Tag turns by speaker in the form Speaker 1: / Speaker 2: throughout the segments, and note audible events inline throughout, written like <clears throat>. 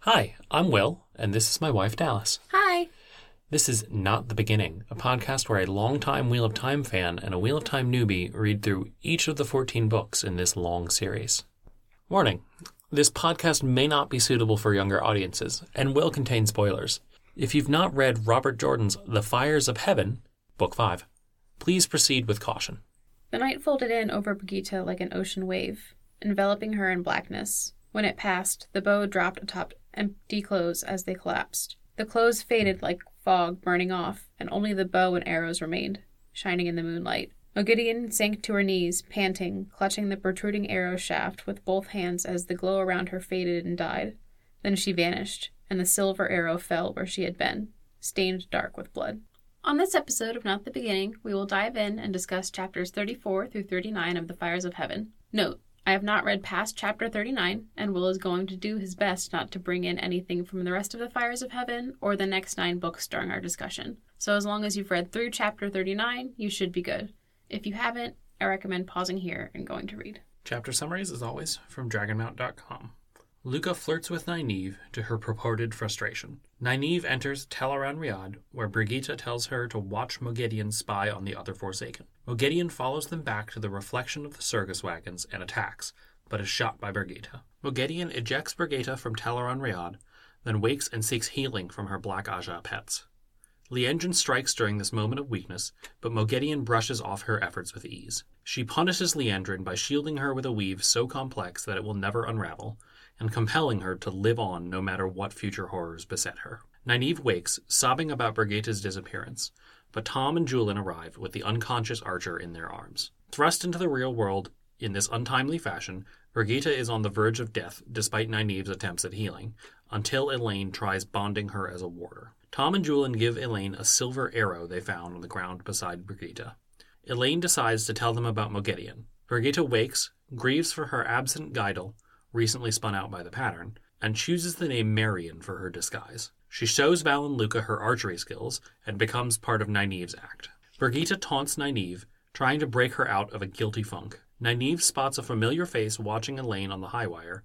Speaker 1: Hi, I'm Will, and this is my wife, Dallas.
Speaker 2: Hi.
Speaker 1: This is Not the Beginning, a podcast where a longtime Wheel of Time fan and a Wheel of Time newbie read through each of the 14 books in this long series. Warning this podcast may not be suitable for younger audiences and will contain spoilers. If you've not read Robert Jordan's The Fires of Heaven, Book 5, please proceed with caution.
Speaker 2: The night folded in over Brigitte like an ocean wave, enveloping her in blackness. When it passed, the bow dropped atop empty clothes as they collapsed. The clothes faded like fog burning off, and only the bow and arrows remained, shining in the moonlight. O'Gideon sank to her knees, panting, clutching the protruding arrow shaft with both hands as the glow around her faded and died. Then she vanished, and the silver arrow fell where she had been, stained dark with blood. On this episode of Not the Beginning, we will dive in and discuss chapters 34 through 39 of The Fires of Heaven. Note, I have not read past chapter 39, and Will is going to do his best not to bring in anything from the rest of The Fires of Heaven or the next nine books during our discussion. So, as long as you've read through chapter 39, you should be good. If you haven't, I recommend pausing here and going to read.
Speaker 1: Chapter summaries, as always, from dragonmount.com. Luca flirts with Nynaeve to her purported frustration. Nynaeve enters Talaran Riyadh, where Brigitte tells her to watch Mogedion spy on the other Forsaken. Mogedion follows them back to the reflection of the circus wagons and attacks, but is shot by Brigitte. Mogedion ejects Brigitte from Talaran Riyadh, then wakes and seeks healing from her Black Aja pets. Liengen strikes during this moment of weakness, but Mogedion brushes off her efforts with ease. She punishes Liendrin by shielding her with a weave so complex that it will never unravel, and compelling her to live on no matter what future horrors beset her. Nynaeve wakes, sobbing about Brigitte's disappearance, but Tom and Julin arrive with the unconscious archer in their arms. Thrust into the real world in this untimely fashion, Brigitte is on the verge of death despite Nynaeve's attempts at healing, until Elaine tries bonding her as a warder. Tom and Julin give Elaine a silver arrow they found on the ground beside Brigitte. Elaine decides to tell them about Mogedion. Brigitte wakes, grieves for her absent Guidel, recently spun out by the pattern, and chooses the name Marion for her disguise. She shows Val and Luca her archery skills and becomes part of Nynaeve's act. Brigitte taunts Nynaeve, trying to break her out of a guilty funk. Nynaeve spots a familiar face watching Elaine on the high wire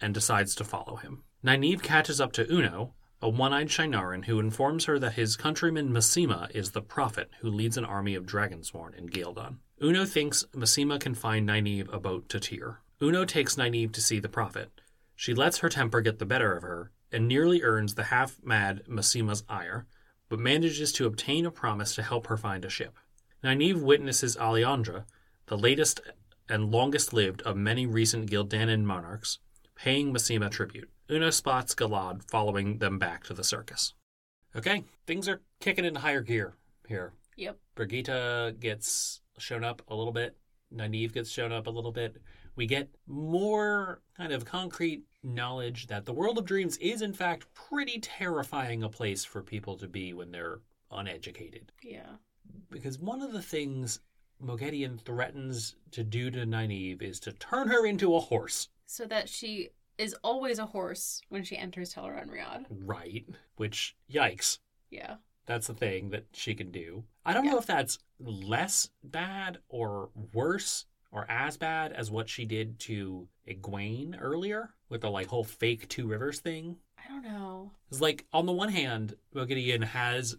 Speaker 1: and decides to follow him. Nynaeve catches up to Uno, a one eyed Shinaran who informs her that his countryman Massima is the prophet who leads an army of Dragonsworn in Gaeldon. Uno thinks Massima can find Nynaeve a boat to Tyr. Uno takes Nynaeve to see the prophet. She lets her temper get the better of her and nearly earns the half mad Massima's ire, but manages to obtain a promise to help her find a ship. Nynaeve witnesses Alejandra, the latest and longest lived of many recent Gildanan monarchs, paying Massima tribute. Uno spots Galad following them back to the circus. Okay, things are kicking into higher gear here.
Speaker 2: Yep.
Speaker 1: Brigitte gets shown up a little bit. Nynaeve gets shown up a little bit. We get more kind of concrete knowledge that the world of dreams is, in fact, pretty terrifying a place for people to be when they're uneducated.
Speaker 2: Yeah.
Speaker 1: Because one of the things Mogedion threatens to do to Nynaeve is to turn her into a horse.
Speaker 2: So that she is always a horse when she enters Teleron Riyadh.
Speaker 1: Right. Which, yikes.
Speaker 2: Yeah.
Speaker 1: That's the thing that she can do. I don't know
Speaker 2: Yeah.
Speaker 1: if that's less bad or worse or as bad as what she did to Egwene earlier with the like whole fake Two Rivers thing.
Speaker 2: I don't know.
Speaker 1: It's like on the one hand, Mogideon has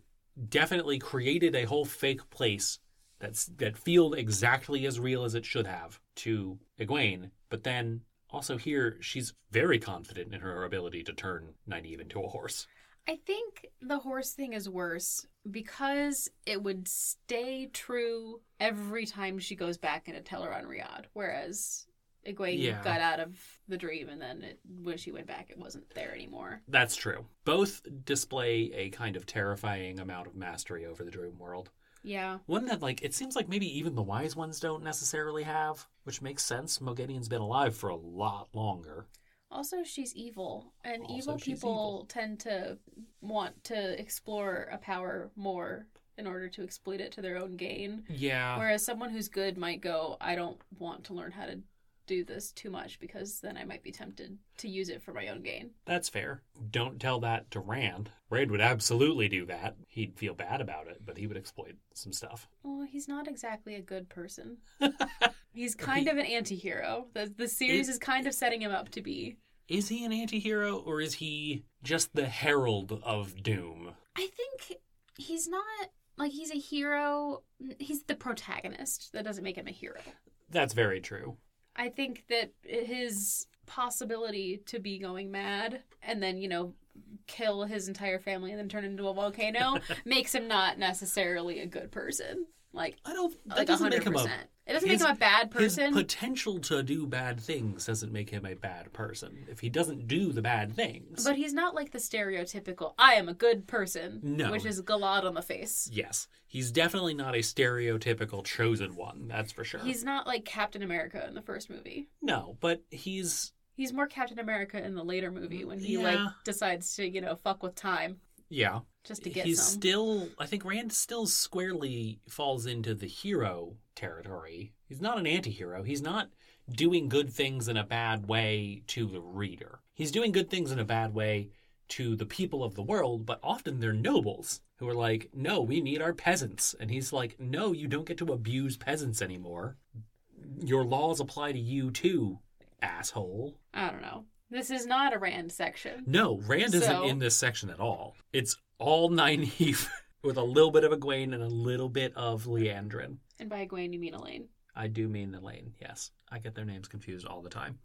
Speaker 1: definitely created a whole fake place that's that feel exactly as real as it should have to Egwene, but then also here she's very confident in her ability to turn Nynaeve into a horse.
Speaker 2: I think the horse thing is worse because it would stay true every time she goes back into Teleron Riyadh, whereas Egwene
Speaker 1: Yeah.
Speaker 2: got out of the dream and then it, when she went back, it wasn't there anymore.
Speaker 1: That's true. Both display a kind of terrifying amount of mastery over the dream world.
Speaker 2: Yeah.
Speaker 1: One that, like, it seems like maybe even the wise ones don't necessarily have, which makes sense. Mogedian's been alive for a lot longer.
Speaker 2: Also, she's evil, and
Speaker 1: Also,
Speaker 2: evil
Speaker 1: she's
Speaker 2: people
Speaker 1: evil.
Speaker 2: tend to want to explore a power more in order to exploit it to their own gain.
Speaker 1: Yeah.
Speaker 2: Whereas someone who's good might go, I don't want to learn how to do this too much because then I might be tempted to use it for my own gain.
Speaker 1: That's fair. Don't tell that to Rand. Rand would absolutely do that. He'd feel bad about it, but he would exploit some stuff.
Speaker 2: Well, he's not exactly a good person. he's kind of an anti-hero. The, the series is kind of setting him up to be.
Speaker 1: Is he an antihero or is he just the herald of doom?
Speaker 2: I think he's not like he's a hero. He's the protagonist. That doesn't make him a hero.
Speaker 1: That's very true.
Speaker 2: I think that his possibility to be going mad and then, you know, kill his entire family and then turn into
Speaker 1: <laughs>
Speaker 2: a volcano makes him not necessarily a good person. Like
Speaker 1: I don't that
Speaker 2: like
Speaker 1: doesn't
Speaker 2: hundred
Speaker 1: make him a
Speaker 2: percent. It doesn't
Speaker 1: his-
Speaker 2: make him a bad person.
Speaker 1: His potential to do bad things doesn't make him a bad person. If he doesn't do the bad things.
Speaker 2: but he's not like the stereotypical I am a good person.
Speaker 1: No.
Speaker 2: Which is galad on the face.
Speaker 1: yes, he's definitely not a stereotypical chosen one, that's for sure.
Speaker 2: He's not like Captain America in the first movie.
Speaker 1: no, but he's
Speaker 2: He's more Captain America in the later movie when he
Speaker 1: Yeah.
Speaker 2: like decides to, you know, fuck with time
Speaker 1: yeah,
Speaker 2: just to get
Speaker 1: he's
Speaker 2: some.
Speaker 1: still I think Rand still squarely falls into the hero territory. He's not an anti-hero. He's not doing good things in a bad way to the reader. He's doing good things in a bad way to the people of the world, but often they're nobles who are like, "No, we need our peasants." And he's like, "No, you don't get to abuse peasants anymore. Your laws apply to you too, asshole."
Speaker 2: I don't know. This is not a Rand section.
Speaker 1: No, Rand isn't
Speaker 2: So-
Speaker 1: in this section at all. It's all Nynaeve <laughs> with a little bit of Egwene and a little bit of Leandrin.
Speaker 2: And by Egwene, you mean Elaine.
Speaker 1: I do mean Elaine, yes. I get their names confused all the time.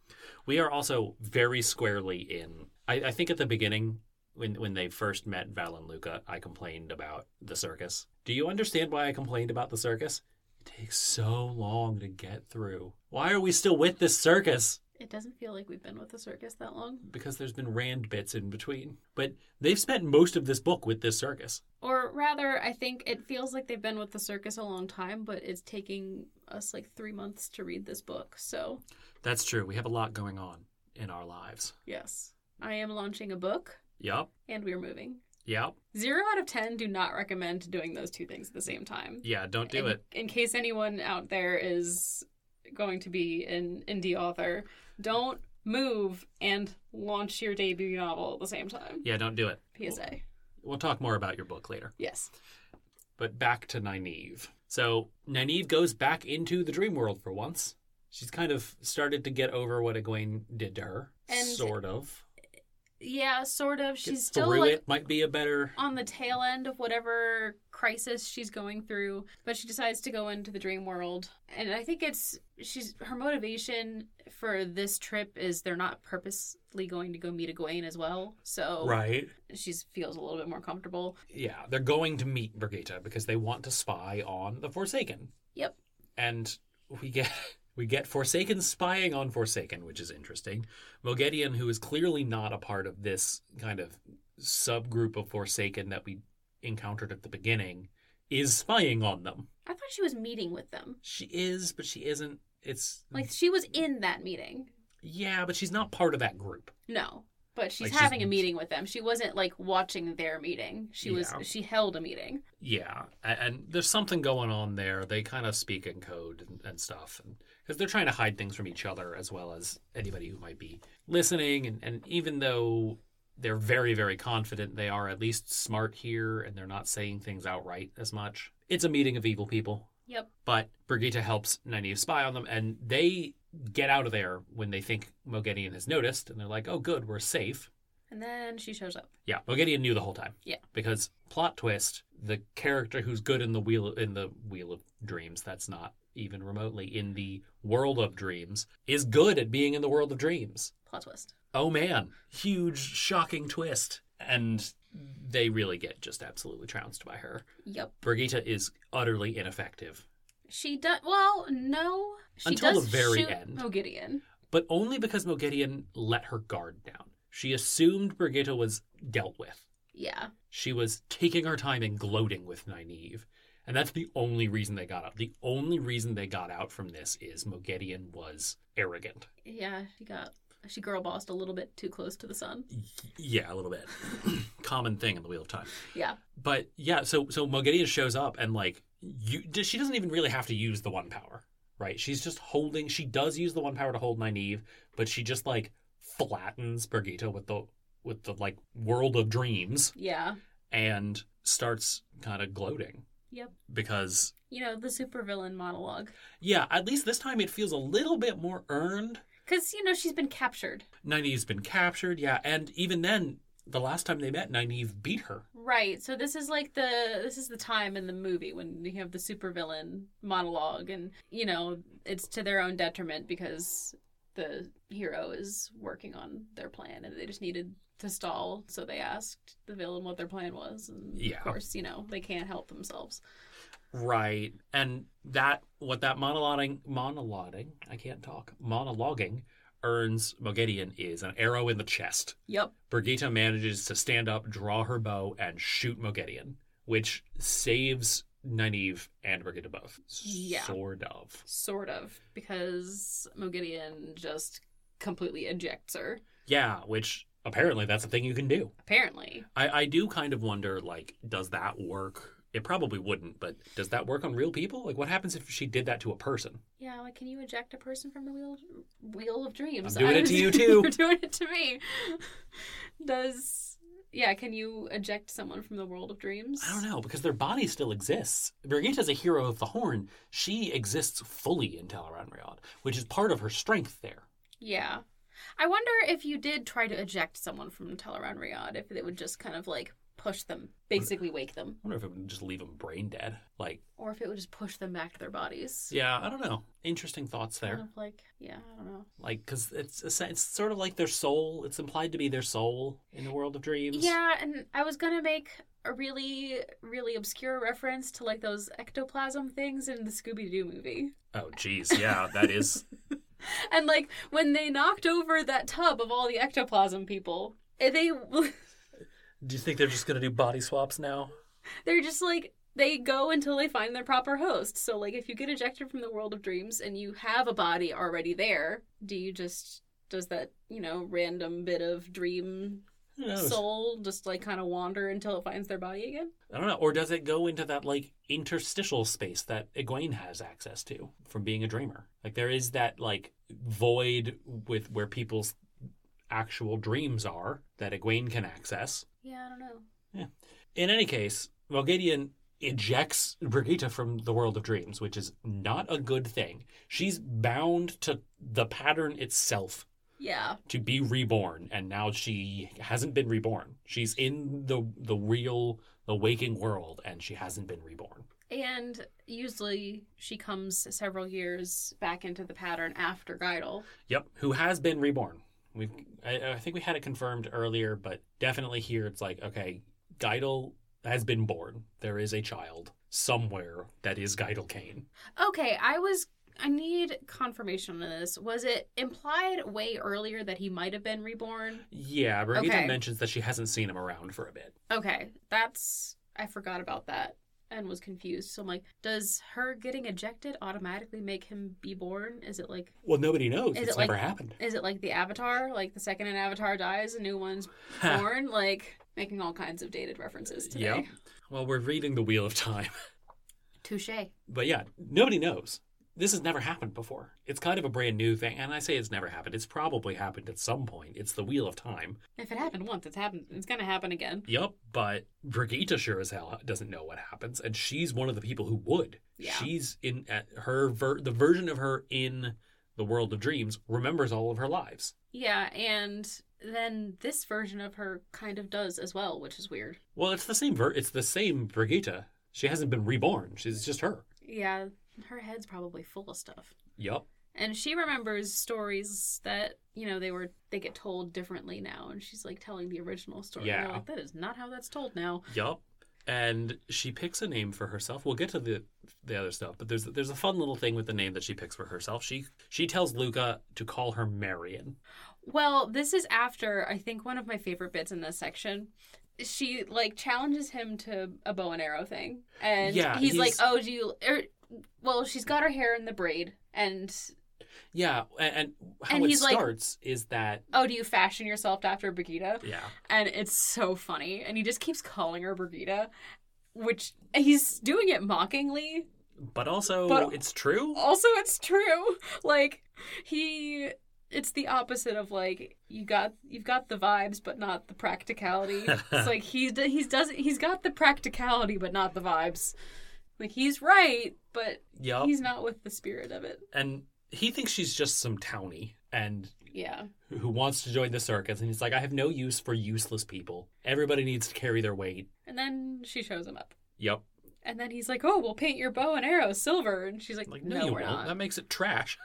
Speaker 1: We are also very squarely in. I, I think at the beginning, when, when they first met Val and Luca, I complained about the circus. Do you understand why I complained about the circus? It takes so long to get through. Why are we still with this circus?
Speaker 2: It doesn't feel like we've been with the circus that long.
Speaker 1: because there's been rand bits in between. But they've spent most of this book with this circus.
Speaker 2: Or rather, I think it feels like they've been with the circus a long time, but it's taking us like three months to read this book. So,
Speaker 1: That's true. We have a lot going on in our lives.
Speaker 2: yes, I am launching a book
Speaker 1: Yep.
Speaker 2: and we're moving.
Speaker 1: Yep.
Speaker 2: Zero out of ten do not recommend doing those two things at the same time.
Speaker 1: Yeah, don't do
Speaker 2: in,
Speaker 1: it.
Speaker 2: In case anyone out there is going to be an indie author, don't move and launch your debut novel at the same time.
Speaker 1: Yeah, don't do it.
Speaker 2: PSA.
Speaker 1: We'll talk more about your book later.
Speaker 2: Yes.
Speaker 1: But back to Nynaeve. So Nynaeve goes back into the dream world for once. She's kind of started to get over what Egwene did to her.
Speaker 2: And
Speaker 1: sort of.
Speaker 2: Yeah, sort of.
Speaker 1: Get
Speaker 2: She's still
Speaker 1: through
Speaker 2: like
Speaker 1: it might be a better
Speaker 2: on the tail end of whatever crisis she's going through, but she decides to go into the dream world. And I think it's she's her motivation for this trip is they're not purposely going to go meet Egwene as well. So
Speaker 1: Right.
Speaker 2: she feels a little bit more comfortable.
Speaker 1: Yeah, they're going to meet Brigitte because they want to spy on the Forsaken.
Speaker 2: Yep.
Speaker 1: and we get we get Forsaken spying on Forsaken, which is interesting. Mogedion, who is clearly not a part of this kind of subgroup of Forsaken that we encountered at the beginning, is spying on them.
Speaker 2: I thought she was meeting with them.
Speaker 1: She is, but she isn't. It's
Speaker 2: Like she was in that meeting.
Speaker 1: yeah, but she's not part of that group.
Speaker 2: No. But she's
Speaker 1: Like, she's-
Speaker 2: having a meeting with them. She wasn't like watching their meeting. She was
Speaker 1: Yeah.
Speaker 2: she held a meeting.
Speaker 1: Yeah, and, and there's something going on there. They kind of speak in code and, and stuff, because they're trying to hide things from each other as well as anybody who might be listening. And, and even though they're very, very confident, they are at least smart here, and they're not saying things outright as much. It's a meeting of evil people,
Speaker 2: Yep.
Speaker 1: but Brigitte helps Nynaeve spy on them, and they get out of there when they think Mogedion has noticed, and they're like, "Oh, good, we're safe."
Speaker 2: And then she shows up.
Speaker 1: Yeah, Mogedion knew the whole time.
Speaker 2: Yeah.
Speaker 1: Because plot twist, the character who's good in the wheel in the wheel of dreams, that's not even remotely in the world of dreams, is good at being in the world of dreams.
Speaker 2: Plot twist.
Speaker 1: Oh man, huge shocking twist. And they really get just absolutely trounced by her.
Speaker 2: Yep.
Speaker 1: Brigitte is utterly ineffective,
Speaker 2: She does. Well, no. She
Speaker 1: Until
Speaker 2: does
Speaker 1: the very
Speaker 2: shoot
Speaker 1: end.
Speaker 2: Mogideon.
Speaker 1: but only because Mogedion let her guard down. She assumed Brigitte was dealt with.
Speaker 2: Yeah.
Speaker 1: She was taking her time and gloating with Nynaeve. And that's the only reason they got out. The only reason they got out from this is Mogedion was arrogant.
Speaker 2: Yeah. She got. She girl bossed a little bit too close to the sun.
Speaker 1: Yeah, a little bit. <clears throat> Common thing in the Wheel of Time.
Speaker 2: Yeah.
Speaker 1: But yeah, so so Mogedion shows up and like you d- she doesn't even really have to use the one power, right? She's just holding she does use the one power to hold Nynaeve, but she just like flattens Brigitte with the with the like world of dreams
Speaker 2: Yeah.
Speaker 1: and starts kind of gloating
Speaker 2: Yep.
Speaker 1: because
Speaker 2: You know the supervillain monologue.
Speaker 1: Yeah, at least this time it feels a little bit more earned.
Speaker 2: Because, you know, she's been captured.
Speaker 1: Nynaeve's been captured, yeah, and even then, the last time they met, Nynaeve beat her.
Speaker 2: Right. So this is like the this is the time in the movie when you have the supervillain monologue and you know, it's to their own detriment because the hero is working on their plan and they just needed to stall, so they asked the villain what their plan was and
Speaker 1: Yeah.
Speaker 2: of course, you know, they can't help themselves.
Speaker 1: Right. And that what that monologuing monologuing I can't talk. Monologuing earns Mogedion is an arrow in the chest.
Speaker 2: Yep.
Speaker 1: Brigitta manages to stand up, draw her bow, and shoot Mogedion, which saves Nynaeve and Brigitta both.
Speaker 2: Yeah.
Speaker 1: Sort of.
Speaker 2: Sort of. Because Mogideon just completely ejects her.
Speaker 1: Yeah, which apparently that's a thing you can do.
Speaker 2: Apparently.
Speaker 1: I, I do kind of wonder, like, does that work? It probably wouldn't, but does that work on real people? Like, what happens if she did that to a person?
Speaker 2: Yeah, like can you eject a person from the wheel wheel of dreams?
Speaker 1: I'm doing
Speaker 2: I
Speaker 1: it to
Speaker 2: was-
Speaker 1: you, too.
Speaker 2: <laughs> You're doing it to me. Does yeah? Can you eject someone from the world of dreams?
Speaker 1: I don't know because their body still exists. Brigitta's a hero of the Horn. She exists fully in Talaran Riad, which is part of her strength there.
Speaker 2: Yeah, I wonder if you did try to eject someone from Teleron Riyadh, if it would just kind of like push them, basically wake them,
Speaker 1: I wonder if it would just leave them brain dead. Like,
Speaker 2: or if it would just push them back to their bodies.
Speaker 1: yeah, I don't know. Interesting thoughts
Speaker 2: Kind
Speaker 1: there.
Speaker 2: of like yeah, I don't know.
Speaker 1: Like, because it's a- it's sort of like their soul. It's implied to be their soul in the world of dreams.
Speaker 2: Yeah, and I was gonna make a really, really obscure reference to like those ectoplasm things in the Scooby Doo movie.
Speaker 1: Oh, geez. Yeah, that is.
Speaker 2: And like when they knocked over that tub of all the ectoplasm people, eh, they <laughs>
Speaker 1: do you think they're just gonna do body swaps now?
Speaker 2: they're just like they go until they find their proper host. So like if you get ejected from the world of dreams and you have a body already there, do you just does that, you know, random bit of dream
Speaker 1: Who knows?
Speaker 2: soul just like kind of wander until it finds their body again?
Speaker 1: I don't know. Or does it go into that like interstitial space that Egwene has access to from being a dreamer? Like there is that like void with where people's actual dreams are that Egwene can access.
Speaker 2: Yeah, I don't know.
Speaker 1: In any case, Valgadian ejects Brigitte from the world of dreams, which is not a good thing. She's bound to the pattern itself
Speaker 2: Yeah.
Speaker 1: to be reborn and now she hasn't been reborn. She's in the the real the waking world and she hasn't been reborn.
Speaker 2: And usually she comes several years back into the pattern after Guidel.
Speaker 1: Yep, who has been reborn. We, I, I think we had it confirmed earlier, but definitely here it's like okay, Geidel has been born. There is a child somewhere that is Geidel Kane.
Speaker 2: Okay, I was. I need confirmation on this. Was it implied way earlier that he might have been reborn?
Speaker 1: Yeah, Brigitte
Speaker 2: Okay.
Speaker 1: mentions that she hasn't seen him around for a bit.
Speaker 2: Okay, that's. I forgot about that and was confused. So I'm like, does her getting ejected automatically make him be born? Is it like.
Speaker 1: Well, nobody knows.
Speaker 2: Is
Speaker 1: it's
Speaker 2: it like-
Speaker 1: never happened.
Speaker 2: Is it like the Avatar? Like the second an Avatar dies, a new one's born? like making all kinds of dated references today.
Speaker 1: Yep. <laughs> Well, we're reading the Wheel of Time.
Speaker 2: Touche.
Speaker 1: But yeah, nobody knows. This has never happened before. It's kind of a brand new thing. And I say it's never happened. It's probably happened at some point. It's the wheel of time.
Speaker 2: If it happened once, it's happened. It's gonna happen again.
Speaker 1: Yup, but Brigitte sure as hell doesn't know what happens. And she's one of the people who would.
Speaker 2: Yeah.
Speaker 1: She's in at her, ver- the version of her in the world of dreams remembers all of her lives.
Speaker 2: Yeah, and then this version of her kind of does as well, which is weird.
Speaker 1: Well, it's the same, ver- it's the same Brigitte. She hasn't been reborn. She's just her.
Speaker 2: Yeah, her head's probably full of stuff.
Speaker 1: Yup.
Speaker 2: And she remembers stories that, you know, they were they get told differently now and she's like telling the original story. And they're
Speaker 1: Yeah.
Speaker 2: Like, that is not how that's told now.
Speaker 1: Yup. And she picks a name for herself. We'll get to the the other stuff, but there's there's a fun little thing with the name that she picks for herself. She she tells Luca to call her Marion.
Speaker 2: Well, this is after I think one of my favorite bits in this section. She like challenges him to a bow and arrow thing, and
Speaker 1: Yeah,
Speaker 2: he's, like,
Speaker 1: he's-
Speaker 2: "Oh, do you?" Er, well, she's got her hair in the braid, and
Speaker 1: Yeah, and, and how
Speaker 2: And
Speaker 1: it
Speaker 2: he's like-
Speaker 1: starts is that
Speaker 2: oh, do you fashion yourself after Brigida?
Speaker 1: yeah.
Speaker 2: And it's so funny, and he just keeps calling her Brigida, which he's doing it mockingly.
Speaker 1: But also
Speaker 2: But-
Speaker 1: it's true.
Speaker 2: Also, it's true. Like he, it's the opposite of like you got you've got the vibes, but not the practicality.
Speaker 1: <laughs>
Speaker 2: it's like he d- he's doesn't he's got the practicality, but not the vibes. Like he's right, but
Speaker 1: Yup. Oh.
Speaker 2: he's not with the spirit of it.
Speaker 1: And he thinks she's just some townie and
Speaker 2: Yeah.
Speaker 1: who wants to join the circus and he's like, I have no use for useless people. Everybody needs to carry their weight.
Speaker 2: And then she shows him up.
Speaker 1: Yep.
Speaker 2: And then he's like, "Oh, we'll paint your bow and arrow silver." And she's like,
Speaker 1: Like,
Speaker 2: "No,
Speaker 1: no, you
Speaker 2: we're
Speaker 1: won't.
Speaker 2: not."
Speaker 1: That makes it trash.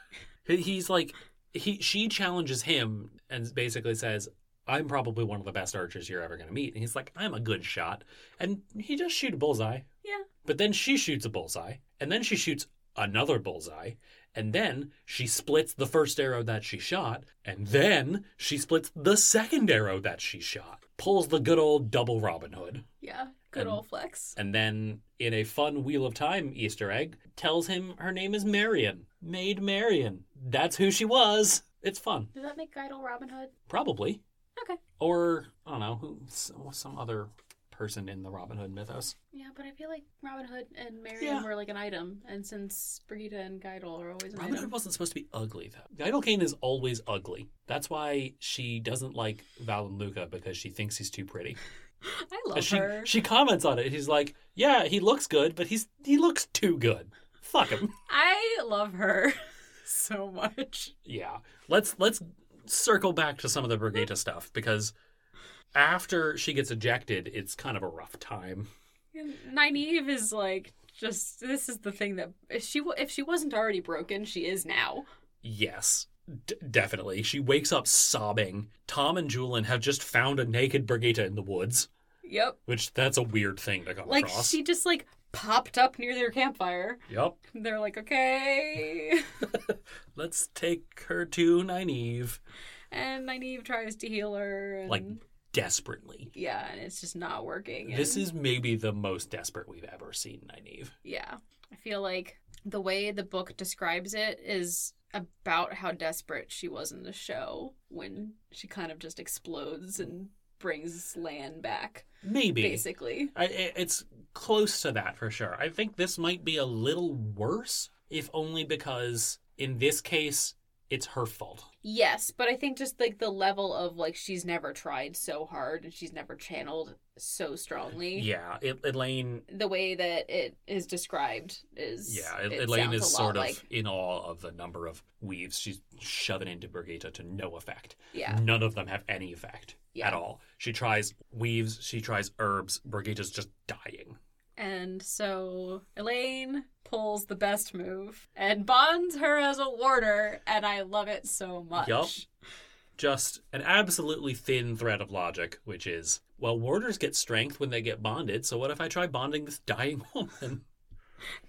Speaker 1: He- He's like he she challenges him and basically says, I'm probably one of the best archers you're ever gonna meet. And he's like, I'm a good shot. And he just shoot a bullseye.
Speaker 2: Yeah.
Speaker 1: But then she shoots a bullseye, and then she shoots another bullseye, and then she splits the first arrow that she shot, and then she splits the second arrow that she shot. Pulls the good old double Robin Hood.
Speaker 2: Yeah. Good
Speaker 1: And-
Speaker 2: old flex.
Speaker 1: And then, in a fun Wheel of Time Easter egg, tells him her name is Marion. Maid Marion. That's who she was. It's fun.
Speaker 2: Does that make Idol Robin Hood?
Speaker 1: Probably.
Speaker 2: Okay.
Speaker 1: Or, I don't know, who, some some other person in the Robin Hood mythos.
Speaker 2: Yeah, but I feel like Robin Hood and Marion
Speaker 1: Yeah.
Speaker 2: were like an item, and since Brigida and Guidel are always an
Speaker 1: Robin Hood
Speaker 2: item,
Speaker 1: wasn't supposed to be ugly, though. Idol Kane is always ugly. That's why she doesn't like Val and Luca because she thinks he's too pretty.
Speaker 2: I love
Speaker 1: And she
Speaker 2: her.
Speaker 1: she comments on it. He's like, "Yeah, he looks good, but he's he looks too good. Fuck him."
Speaker 2: I love her <laughs> so much.
Speaker 1: yeah, let's let's circle back to some of the Brigida stuff because after she gets ejected, it's kind of a rough time.
Speaker 2: And Nynaeve is like just this is the thing that if she wa- if she wasn't already broken, she is now.
Speaker 1: Yes, d- definitely. She wakes up sobbing. Tom and Julian have just found a naked Brigida in the woods.
Speaker 2: Yep.
Speaker 1: Which that's a weird thing to come
Speaker 2: Like
Speaker 1: across.
Speaker 2: she just like popped up near their campfire.
Speaker 1: Yep.
Speaker 2: They're like, okay. <laughs>
Speaker 1: Let's take her to Nynaeve.
Speaker 2: and Nynaeve tries to heal her. And,
Speaker 1: Like desperately.
Speaker 2: yeah, and it's just not working.
Speaker 1: This
Speaker 2: and-
Speaker 1: is maybe the most desperate we've ever seen Nynaeve.
Speaker 2: Yeah. I feel like the way the book describes it is about how desperate she was in the show when she kind of just explodes and brings Lan back,
Speaker 1: Maybe.
Speaker 2: basically.
Speaker 1: I, i- it's close to that for sure. I think this might be a little worse, if only because in this case, it's her fault.
Speaker 2: Yes, but I think just like the level of like she's never tried so hard and she's never channeled so strongly.
Speaker 1: Yeah, it, Elaine.
Speaker 2: The way that it is described is
Speaker 1: Yeah,
Speaker 2: it
Speaker 1: Elaine
Speaker 2: sounds
Speaker 1: is
Speaker 2: a lot
Speaker 1: sort of
Speaker 2: like
Speaker 1: in awe of the number of weaves she's shoving into Brigida to no effect.
Speaker 2: yeah
Speaker 1: None of them have any effect
Speaker 2: Yeah.
Speaker 1: at all. She tries weaves, she tries herbs. Brigida's just dying.
Speaker 2: And so Elaine pulls the best move and bonds her as a warder, and I love it so much.
Speaker 1: Yup. Just an absolutely thin thread of logic, which is well, warders get strength when they get bonded, so what if I try bonding this dying <laughs> woman?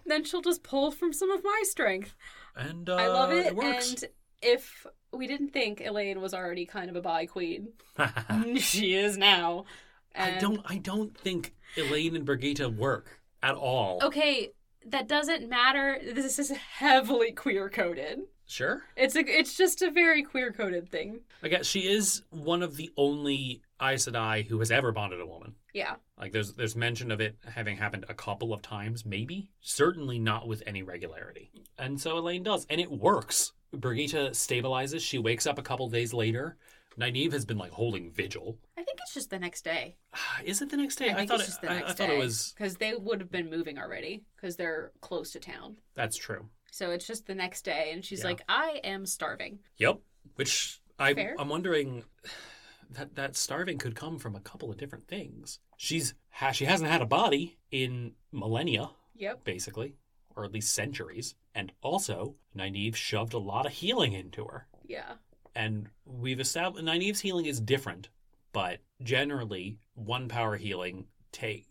Speaker 2: Then she'll just pull from some of my strength.
Speaker 1: And uh,
Speaker 2: I love it.
Speaker 1: it works.
Speaker 2: and if we didn't think Elaine was already kind of a bi queen,
Speaker 1: <laughs>
Speaker 2: <laughs> she is now. And
Speaker 1: Ah. I don't I don't think Elaine and Brigida work at all.
Speaker 2: Okay, that doesn't matter. This is heavily queer coded.
Speaker 1: Sure.
Speaker 2: It's a. It's just a very queer coded thing.
Speaker 1: I guess she is one of the only Aes Sedai who has ever bonded a woman.
Speaker 2: Yeah.
Speaker 1: Like there's there's mention of it having happened a couple of times, maybe. Certainly not with any regularity. And so Elaine does, and it works. Brigitte stabilizes. She wakes up a couple days later. Nynaeve has been like holding vigil.
Speaker 2: I think it's just the next day.
Speaker 1: Is it the next day?
Speaker 2: I think
Speaker 1: thought
Speaker 2: it's just the
Speaker 1: I-
Speaker 2: next
Speaker 1: I, thought
Speaker 2: day.
Speaker 1: it was.
Speaker 2: because they would have been moving already because they're close to town.
Speaker 1: That's true.
Speaker 2: So it's just the next day, and she's
Speaker 1: Yeah.
Speaker 2: like, "I am starving."
Speaker 1: Yep. Which I
Speaker 2: Fair.
Speaker 1: I'm wondering that that starving could come from a couple of different things. She's ha- she hasn't had a body in millennia.
Speaker 2: Yep.
Speaker 1: basically, or at least centuries. And also, Nynaeve shoved a lot of healing into her.
Speaker 2: Yeah.
Speaker 1: And we've established Nynaeve's healing is different, but generally, one power healing take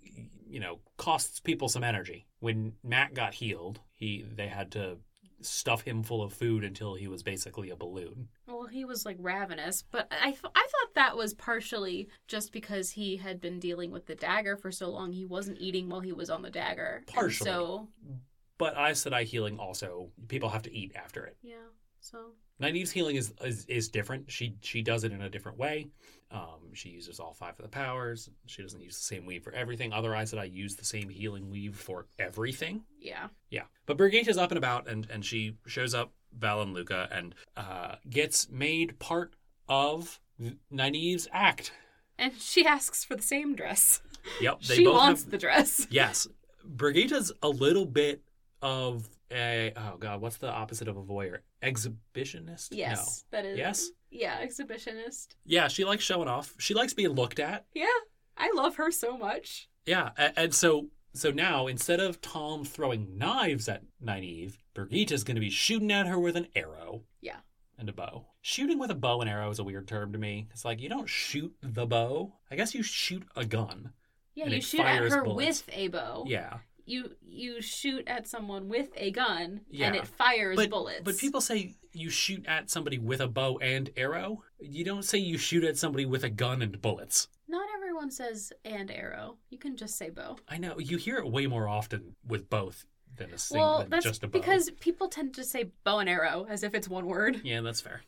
Speaker 1: you know costs people some energy. When Matt got healed, he they had to stuff him full of food until he was basically a balloon.
Speaker 2: Well, he was like ravenous, but I, I thought that was partially just because he had been dealing with the dagger for so long. He wasn't eating while he was on the dagger. And
Speaker 1: Partially.
Speaker 2: so
Speaker 1: But Aes Sedai healing also people have to eat after it.
Speaker 2: yeah. So
Speaker 1: Nynaeve's healing is, is is different. She she does it in a different way. Um, she uses all five of the powers. She doesn't use the same weave for everything. Otherwise, that I use the same healing weave for everything.
Speaker 2: yeah.
Speaker 1: Yeah, but Brigitte is up and about, and and she shows up Val and Luca, and uh, gets made part of Nynaeve's act.
Speaker 2: And she asks for the same dress.
Speaker 1: Yep,
Speaker 2: she wants the dress.
Speaker 1: Yes, Brigitte's a little bit of a oh god, what's the opposite of a voyeur? Exhibitionist?
Speaker 2: Yes, that
Speaker 1: No.
Speaker 2: is.
Speaker 1: Yes.
Speaker 2: Yeah, exhibitionist.
Speaker 1: Yeah, she likes showing off. She likes being looked at.
Speaker 2: Yeah, I love her so much.
Speaker 1: Yeah, and, and so so now instead of Tom throwing knives at Nynaeve, Brigitta's going to be shooting at her with an arrow.
Speaker 2: Yeah.
Speaker 1: And a bow. Shooting with a bow and arrow is a weird term to me. It's like you don't shoot the bow. I guess you shoot a gun.
Speaker 2: Yeah,
Speaker 1: And
Speaker 2: you
Speaker 1: it
Speaker 2: shoot at
Speaker 1: fires
Speaker 2: her
Speaker 1: bullets.
Speaker 2: with a bow.
Speaker 1: Yeah.
Speaker 2: You you shoot at someone with a gun
Speaker 1: Yeah.
Speaker 2: and it fires
Speaker 1: But-
Speaker 2: bullets.
Speaker 1: But people say you shoot at somebody with a bow and arrow. You don't say you shoot at somebody with a gun and bullets.
Speaker 2: Not everyone says and arrow. You can just say bow.
Speaker 1: I know you hear it way more often with both than a single
Speaker 2: Well,
Speaker 1: than
Speaker 2: that's
Speaker 1: just a bow.
Speaker 2: because people tend to say bow and arrow as if it's one word.
Speaker 1: <laughs> Yeah, that's fair.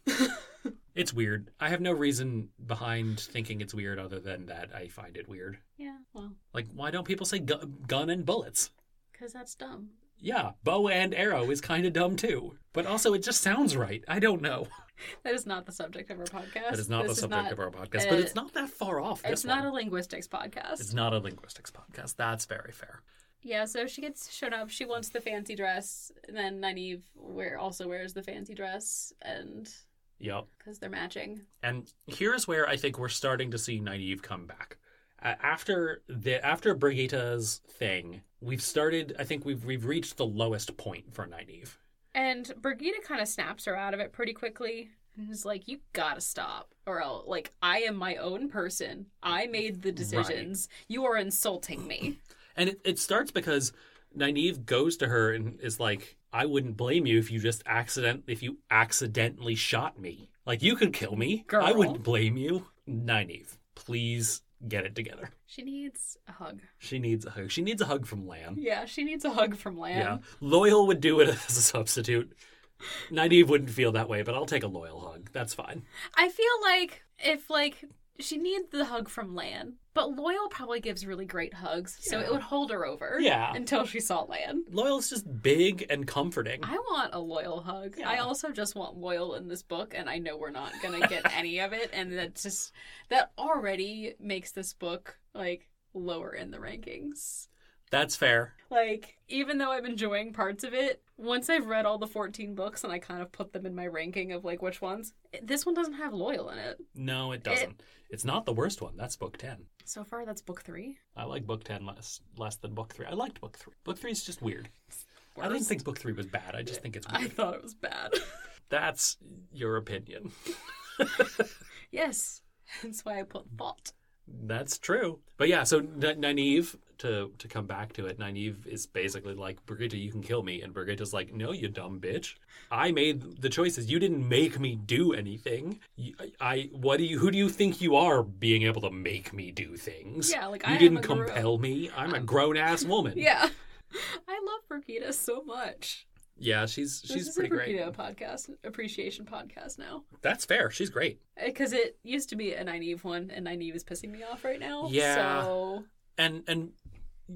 Speaker 1: it's weird. I have no reason behind thinking it's weird other than that I find it weird.
Speaker 2: Yeah, well,
Speaker 1: Like, why don't people say gu- gun and bullets?
Speaker 2: because that's dumb.
Speaker 1: Yeah, bow and arrow is kind of dumb too. But also, it just sounds right. I don't know.
Speaker 2: That is not the subject of our podcast.
Speaker 1: That is not
Speaker 2: This
Speaker 1: the subject
Speaker 2: not-
Speaker 1: of our podcast, but
Speaker 2: uh,
Speaker 1: it's not that far off. This
Speaker 2: It's not
Speaker 1: one.
Speaker 2: a linguistics podcast.
Speaker 1: it's not a linguistics podcast. That's very fair.
Speaker 2: Yeah, so she gets shown up. She wants the fancy dress. And then Nynaeve wear, also wears the fancy dress, and
Speaker 1: Yep.
Speaker 2: because they're matching.
Speaker 1: And here's where I think we're starting to see Nynaeve come back. Uh, after the after Brigitta's thing, we've started. I think we've we've reached the lowest point for Nynaeve.
Speaker 2: And Brigida kind of snaps her out of it pretty quickly. And is like, you gotta stop, or else, like, I am my own person. I made the decisions. You are insulting
Speaker 1: <laughs>
Speaker 2: me.
Speaker 1: And it, it starts because Nynaeve goes to her and is like, I wouldn't blame you if you just accident if you accidentally shot me. Like you could kill me. I
Speaker 2: Girl.
Speaker 1: wouldn't blame you. Nynaeve, please get it together.
Speaker 2: She needs a hug.
Speaker 1: She needs a hug. She needs a hug from Lan.
Speaker 2: Yeah, she needs a hug from Lan.
Speaker 1: Yeah. Loyal would do it <laughs> as a substitute. Nynaeve wouldn't feel that way, but I'll take a loyal hug. That's fine.
Speaker 2: I feel like if like she needs the hug from Lan, but Loyal probably gives really great hugs, so
Speaker 1: Yeah.
Speaker 2: it would hold her over.
Speaker 1: Yeah.
Speaker 2: Until she saw Lan.
Speaker 1: Loyal's just big and comforting.
Speaker 2: I want a loyal hug.
Speaker 1: Yeah.
Speaker 2: I also just want loyal in this book, and I know we're not
Speaker 1: <laughs>
Speaker 2: gonna get any of it, and that just that already makes this book like lower in the rankings.
Speaker 1: That's fair.
Speaker 2: Like, even though I'm enjoying parts of it, once I've read all the 14 books and I kind of put them in my ranking of like which ones, this one doesn't have loyal in it.
Speaker 1: No, it doesn't. it's not the worst one. That's book 10.
Speaker 2: So far, that's book three.
Speaker 1: I like book ten less less than book three. I liked book three. Book three is just weird. I didn't
Speaker 2: Worst.
Speaker 1: think book three was bad. I just think it's
Speaker 2: <laughs> I
Speaker 1: weird.
Speaker 2: thought it was bad. <laughs>
Speaker 1: That's your opinion.
Speaker 2: yes, that's why I put thought.
Speaker 1: That's true. But yeah, so N- Nynaeve to to come back to it, Nynaeve is basically like Brigitte, you can kill me, and Brigitta's like, no, you dumb bitch. I made the choices. You didn't make me do anything. You, I what do you who do you think you are being able to make me do things?
Speaker 2: Yeah, like
Speaker 1: You
Speaker 2: I
Speaker 1: didn't
Speaker 2: am a guru.
Speaker 1: compel me. I'm a grown ass woman.
Speaker 2: <laughs> Yeah, I love Brigida so much.
Speaker 1: yeah, she's she's
Speaker 2: this is
Speaker 1: pretty
Speaker 2: a
Speaker 1: great.
Speaker 2: Brigida podcast appreciation podcast now
Speaker 1: That's fair. She's great.
Speaker 2: because it used to be a naive one, and naive is pissing me off right now.
Speaker 1: Yeah.
Speaker 2: so
Speaker 1: and and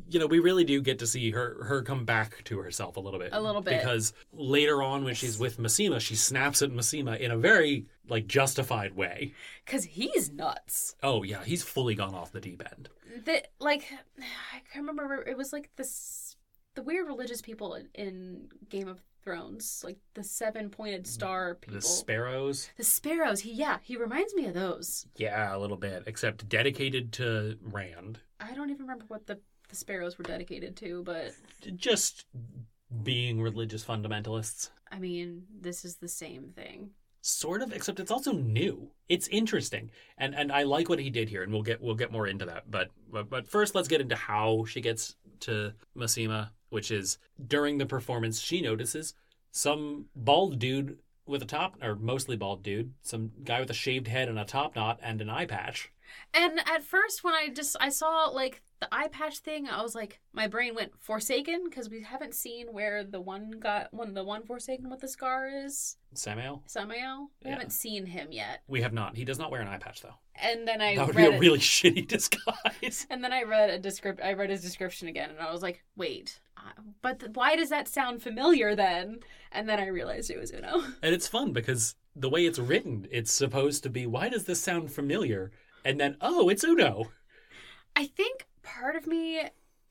Speaker 1: you know we really do get to see her her come back to herself a little bit
Speaker 2: A little bit.
Speaker 1: because later on when she's with Massima she snaps at Massima in a very like justified way
Speaker 2: because he's nuts.
Speaker 1: oh yeah he's fully gone off the deep end
Speaker 2: That like <sighs> I can remember it was like this the weird religious people in, in Game of Thrones, like the seven pointed star people.
Speaker 1: Mm, the sparrows
Speaker 2: The sparrows, he yeah, he reminds me of those.
Speaker 1: yeah a little bit except dedicated to Rand
Speaker 2: I don't even remember what the, the sparrows were dedicated to, but
Speaker 1: just being religious fundamentalists
Speaker 2: I mean, this is the same thing.
Speaker 1: sort of except it's also new it's interesting and and i like what he did here and we'll get we'll get more into that but but, but first let's get into how she gets to masima which is during the performance she notices some bald dude with a top or mostly bald dude some guy with a shaved head and a top knot and an eye patch
Speaker 2: And at first when I just I saw like the eye patch thing, I was like my brain went forsaken because we haven't seen where the one got when the one forsaken with the scar is,
Speaker 1: samuel
Speaker 2: Samael. We
Speaker 1: Yeah.
Speaker 2: haven't seen him yet.
Speaker 1: we have not he does not wear an eye patch though
Speaker 2: And then I
Speaker 1: that would be
Speaker 2: read
Speaker 1: a
Speaker 2: it-
Speaker 1: really <laughs> shitty disguise
Speaker 2: and then I read a descript I read his description again and I was like, "Wait, I- but th- why does that sound familiar then?" And then I realized it was Uno.
Speaker 1: And it's fun because the way it's written, it's supposed to be, why does this sound familiar? And then, oh, it's Uno.
Speaker 2: I think part of me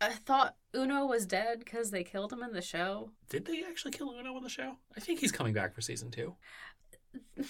Speaker 2: I thought Uno was dead because they killed him in the show.
Speaker 1: Did they actually kill Uno on the show? I think he's coming back for season two.
Speaker 2: <laughs>